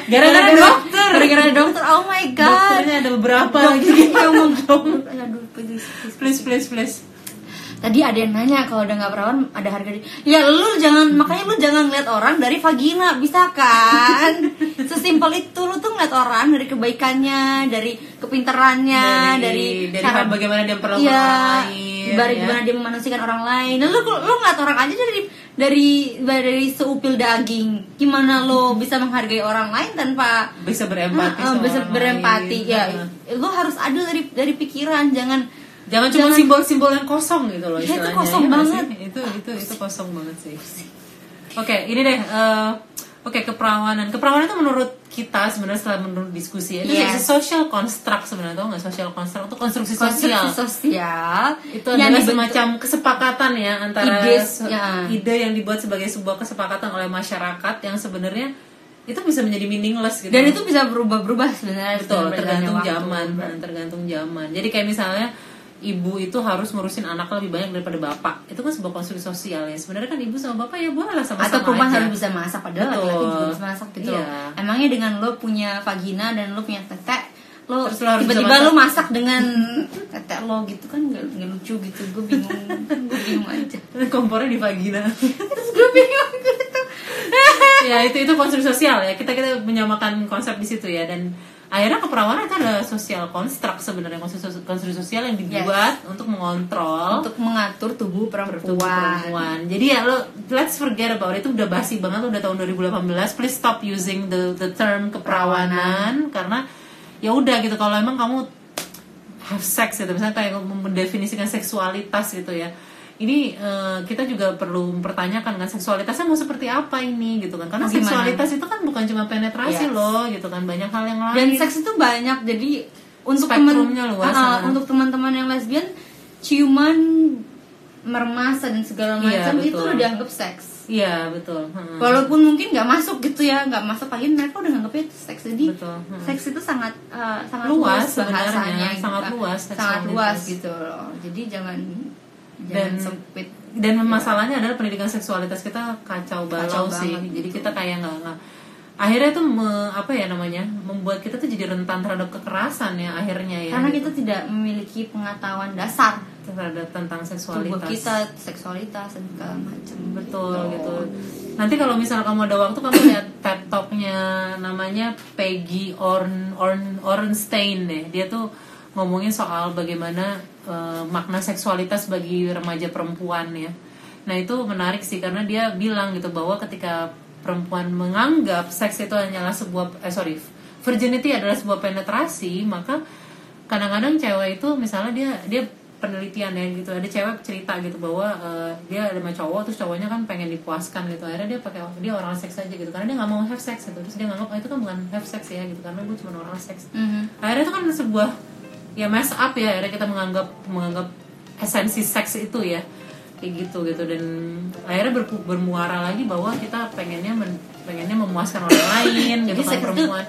Speaker 1: Iya, gara-gara dokter.
Speaker 2: Gara-gara dokter. Oh my god.
Speaker 1: dokternya ada beberapa
Speaker 2: Dokternya
Speaker 1: gitu
Speaker 2: ngomong Aduh, please, please, please.
Speaker 1: *laughs* please please please
Speaker 2: Tadi ada yang nanya kalau udah nggak perawan ada harga di. Ya lu jangan makanya lu jangan ngeliat orang dari vagina bisa *laughs* kan? Sesimpel itu lu tuh ngeliat orang dari kebaikannya, dari kepinterannya, dari,
Speaker 1: dari
Speaker 2: cara
Speaker 1: bagaimana dia perlakukan
Speaker 2: Iya,
Speaker 1: orang lain
Speaker 2: dari
Speaker 1: ya.
Speaker 2: gimana dia memanusiakan orang lain. Nah, lu lu ngeliat orang aja dari dari dari seupil daging. Gimana lo bisa menghargai orang lain tanpa
Speaker 1: bisa berempati
Speaker 2: Ah, ah,
Speaker 1: sama
Speaker 2: bisa
Speaker 1: orang
Speaker 2: berempati?
Speaker 1: lain.
Speaker 2: Ya,
Speaker 1: Heeh.
Speaker 2: lo harus ada dari dari pikiran, jangan
Speaker 1: jangan cuma simbol-simbol yang kosong gitu loh
Speaker 2: Ya, itu
Speaker 1: istilahnya
Speaker 2: kosong
Speaker 1: nggak
Speaker 2: banget.
Speaker 1: sih? itu itu itu kosong banget sih oke ini deh eh, oke keperawanan keperawanan itu menurut kita sebenarnya setelah menurut diskusi itu
Speaker 2: Yes.
Speaker 1: it's a social construct sebenarnya tau nggak social construct itu konstruksi sosial
Speaker 2: konstruksi sosial
Speaker 1: itu
Speaker 2: yang
Speaker 1: adalah
Speaker 2: dibentuk-
Speaker 1: semacam kesepakatan ya antara
Speaker 2: Iya, Ide,
Speaker 1: se-
Speaker 2: ya.
Speaker 1: ide yang dibuat sebagai sebuah kesepakatan oleh masyarakat yang sebenarnya itu bisa menjadi meaningless gitu
Speaker 2: dan itu bisa berubah-berubah sebenarnya
Speaker 1: betul
Speaker 2: setelah
Speaker 1: tergantung
Speaker 2: berjalannya
Speaker 1: zaman
Speaker 2: waktu.
Speaker 1: nah, tergantung zaman jadi kayak misalnya ibu itu harus ngurusin anak lebih banyak daripada bapak itu kan sebuah konstruksi sosial ya sebenarnya kan ibu sama bapak ya boleh lah sama-sama
Speaker 2: atau perempuan
Speaker 1: aja.
Speaker 2: harus bisa masak padahal
Speaker 1: Betul.
Speaker 2: laki-laki juga bisa masak gitu
Speaker 1: Iya.
Speaker 2: loh. emangnya dengan lo punya vagina dan lo punya tete lo
Speaker 1: Terus lo harus
Speaker 2: tiba-tiba
Speaker 1: bisa
Speaker 2: lo masak dengan tete lo gitu kan nggak nggak lucu gitu gue bingung gue bingung aja
Speaker 1: kompornya di vagina
Speaker 2: terus gue bingung gitu
Speaker 1: ya itu itu konstruksi sosial ya kita kita menyamakan konsep di situ ya dan akhirnya keperawanan itu adalah sosial construct sebenarnya konstruksi, konstruksi sosial yang dibuat untuk mengontrol
Speaker 2: untuk mengatur tubuh perempuan,
Speaker 1: Tubuh perempuan. Jadi ya lo let's forget about it. itu udah basi banget udah tahun 2018. Please stop using the the term keperawanan karena ya udah gitu kalau emang kamu have sex gitu misalnya kayak mendefinisikan seksualitas gitu ya. Ini eh, kita juga perlu mempertanyakan kan seksualitasnya mau seperti apa ini gitu kan. Karena
Speaker 2: Mau gimana?
Speaker 1: seksualitas itu kan bukan cuma
Speaker 2: Yes.
Speaker 1: penetrasi loh gitu kan banyak hal yang lain.
Speaker 2: dan seks itu banyak jadi untuk temen,
Speaker 1: Spektrumnya luas,
Speaker 2: Ah,
Speaker 1: ah.
Speaker 2: untuk teman-teman yang lesbian ciuman mermasa dan segala
Speaker 1: Iya,
Speaker 2: macam itu
Speaker 1: betul.
Speaker 2: udah dianggap seks
Speaker 1: Iya betul. Heeh.
Speaker 2: walaupun mungkin nggak masuk gitu ya nggak masuk lagi mereka udah nganggapnya itu seks jadi
Speaker 1: Betul, hmm.
Speaker 2: seks itu sangat eh, sangat
Speaker 1: Luas
Speaker 2: luas,
Speaker 1: sebenarnya,
Speaker 2: bahasanya
Speaker 1: sangat
Speaker 2: gitu.
Speaker 1: luas
Speaker 2: sangat
Speaker 1: seksualitas.
Speaker 2: luas gitu loh jadi jangan jangan
Speaker 1: Dan-
Speaker 2: sempit
Speaker 1: dan masalahnya adalah pendidikan seksualitas kita kacau balau
Speaker 2: Kacau banget,
Speaker 1: sih
Speaker 2: gitu.
Speaker 1: jadi kita kayak nggak nggak akhirnya tuh me- apa ya namanya membuat kita tuh jadi rentan terhadap kekerasan ya akhirnya ya
Speaker 2: karena kita
Speaker 1: gitu.
Speaker 2: tidak memiliki pengetahuan dasar
Speaker 1: terhadap tentang
Speaker 2: tubuh
Speaker 1: seksualitas
Speaker 2: kita seksualitas dan segala macam
Speaker 1: betul gitu nanti kalau misalnya kamu ada waktu kamu lihat TED Talk-nya namanya Peggy Orn Orn Ornstein deh dia tuh ngomongin soal bagaimana eh, makna seksualitas bagi remaja perempuan ya nah itu menarik sih karena dia bilang gitu bahwa ketika perempuan menganggap seks itu hanyalah sebuah eh sorry virginity adalah sebuah penetrasi maka kadang-kadang cewek itu misalnya dia dia penelitian ya gitu ada cewek cerita gitu bahwa eh, dia ada sama cowok terus cowoknya kan pengen dipuaskan gitu akhirnya dia pakai dia orang seks aja gitu karena dia nggak mau have sex gitu terus dia nganggap "Ah, itu kan bukan have sex ya gitu karena gue cuma orang seks
Speaker 2: Mhm.
Speaker 1: akhirnya itu kan sebuah ya mess up ya akhirnya kita menganggap menganggap esensi seks itu ya kayak gitu gitu dan akhirnya berpu- bermuara lagi bahwa kita pengennya men- pengennya memuaskan orang lain gitu
Speaker 2: jadi
Speaker 1: kan
Speaker 2: seks itu
Speaker 1: perempuan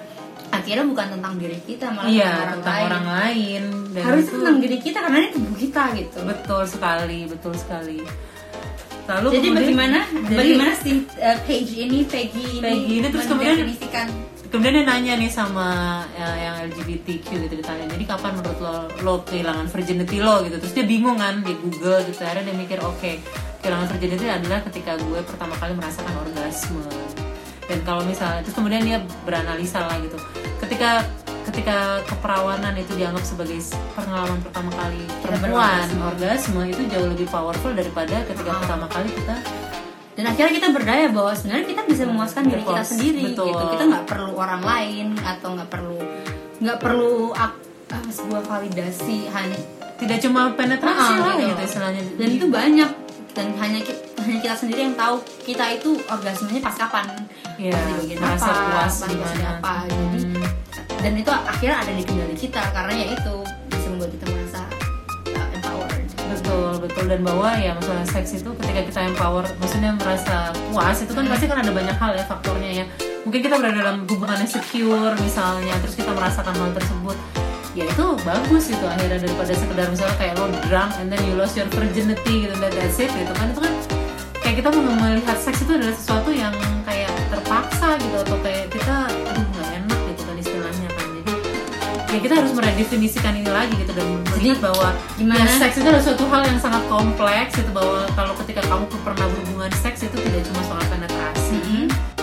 Speaker 2: akhirnya bukan tentang diri kita malah
Speaker 1: iya
Speaker 2: tentang
Speaker 1: tentang
Speaker 2: orang
Speaker 1: orang
Speaker 2: lain
Speaker 1: lain dan
Speaker 2: harusnya kan
Speaker 1: itu-
Speaker 2: tentang diri kita karena ini tubuh kita gitu
Speaker 1: Betul sekali, betul sekali. Lalu
Speaker 2: jadi
Speaker 1: kemudian-
Speaker 2: bagaimana
Speaker 1: jadi
Speaker 2: bagaimana sih eh, Peggy ini Peggy ini
Speaker 1: Peggy ini terus kemudian-
Speaker 2: mendefinisikan
Speaker 1: kemudian dia nanya nih sama ya, yang LGBTQ gitu ditanya jadi kapan menurut lo lo kehilangan virginity lo gitu terus dia bingung kan di Google gitu akhirnya dia mikir oke kehilangan virginity adalah ketika gue pertama kali merasakan orgasme dan kalau misalnya terus kemudian dia beranalisa lah gitu ketika ketika keperawanan itu dianggap sebagai pengalaman pertama kali perempuan
Speaker 2: berorgasme.
Speaker 1: orgasme itu jauh lebih powerful daripada ketika
Speaker 2: Ah.
Speaker 1: pertama kali kita
Speaker 2: dan akhirnya kita berdaya bahwa sebenarnya kita bisa memuaskan diri kita
Speaker 1: Puas,
Speaker 2: sendiri
Speaker 1: Nah, betul.
Speaker 2: gitu kita nggak perlu orang lain atau nggak perlu nggak perlu ak- ah, sebuah validasi hanya
Speaker 1: tidak cuma penetrasi
Speaker 2: Ah,
Speaker 1: lah
Speaker 2: gitu.
Speaker 1: gitu istilahnya
Speaker 2: dan itu banyak dan hanya ki- hanya kita sendiri yang tahu kita itu orgasmenya pas kapan
Speaker 1: Iya,
Speaker 2: Pas di bagian
Speaker 1: merasa
Speaker 2: apa,
Speaker 1: puas
Speaker 2: pas
Speaker 1: di
Speaker 2: bagian
Speaker 1: mana.
Speaker 2: apa jadi
Speaker 1: Hmm.
Speaker 2: dan itu akhirnya ada di kendali kita karena ya itu bisa membuat kita merasa uh, empowered
Speaker 1: betul betul dan bahwa ya masalah seks itu ketika kita empower maksudnya merasa puas itu kan pasti kan ada banyak hal ya faktornya ya mungkin kita berada dalam hubungan yang secure misalnya terus kita merasakan hal tersebut ya itu bagus itu akhirnya daripada sekedar misalnya kayak lo drunk and then you lost your virginity gitu that that's it gitu kan itu kan kayak kita mau melihat seks itu adalah sesuatu yang kayak terpaksa gitu atau kayak kita aduh nggak enak gitu kan istilahnya kan jadi ya kita harus meredefinisikan ini lagi gitu dan melihat bahwa
Speaker 2: gimana?
Speaker 1: ya, seks itu adalah suatu hal yang sangat gitu, kompleks itu bahwa kalau ketika kamu pernah berhubungan seks itu tidak cuma soal penetrasi
Speaker 2: Mhm.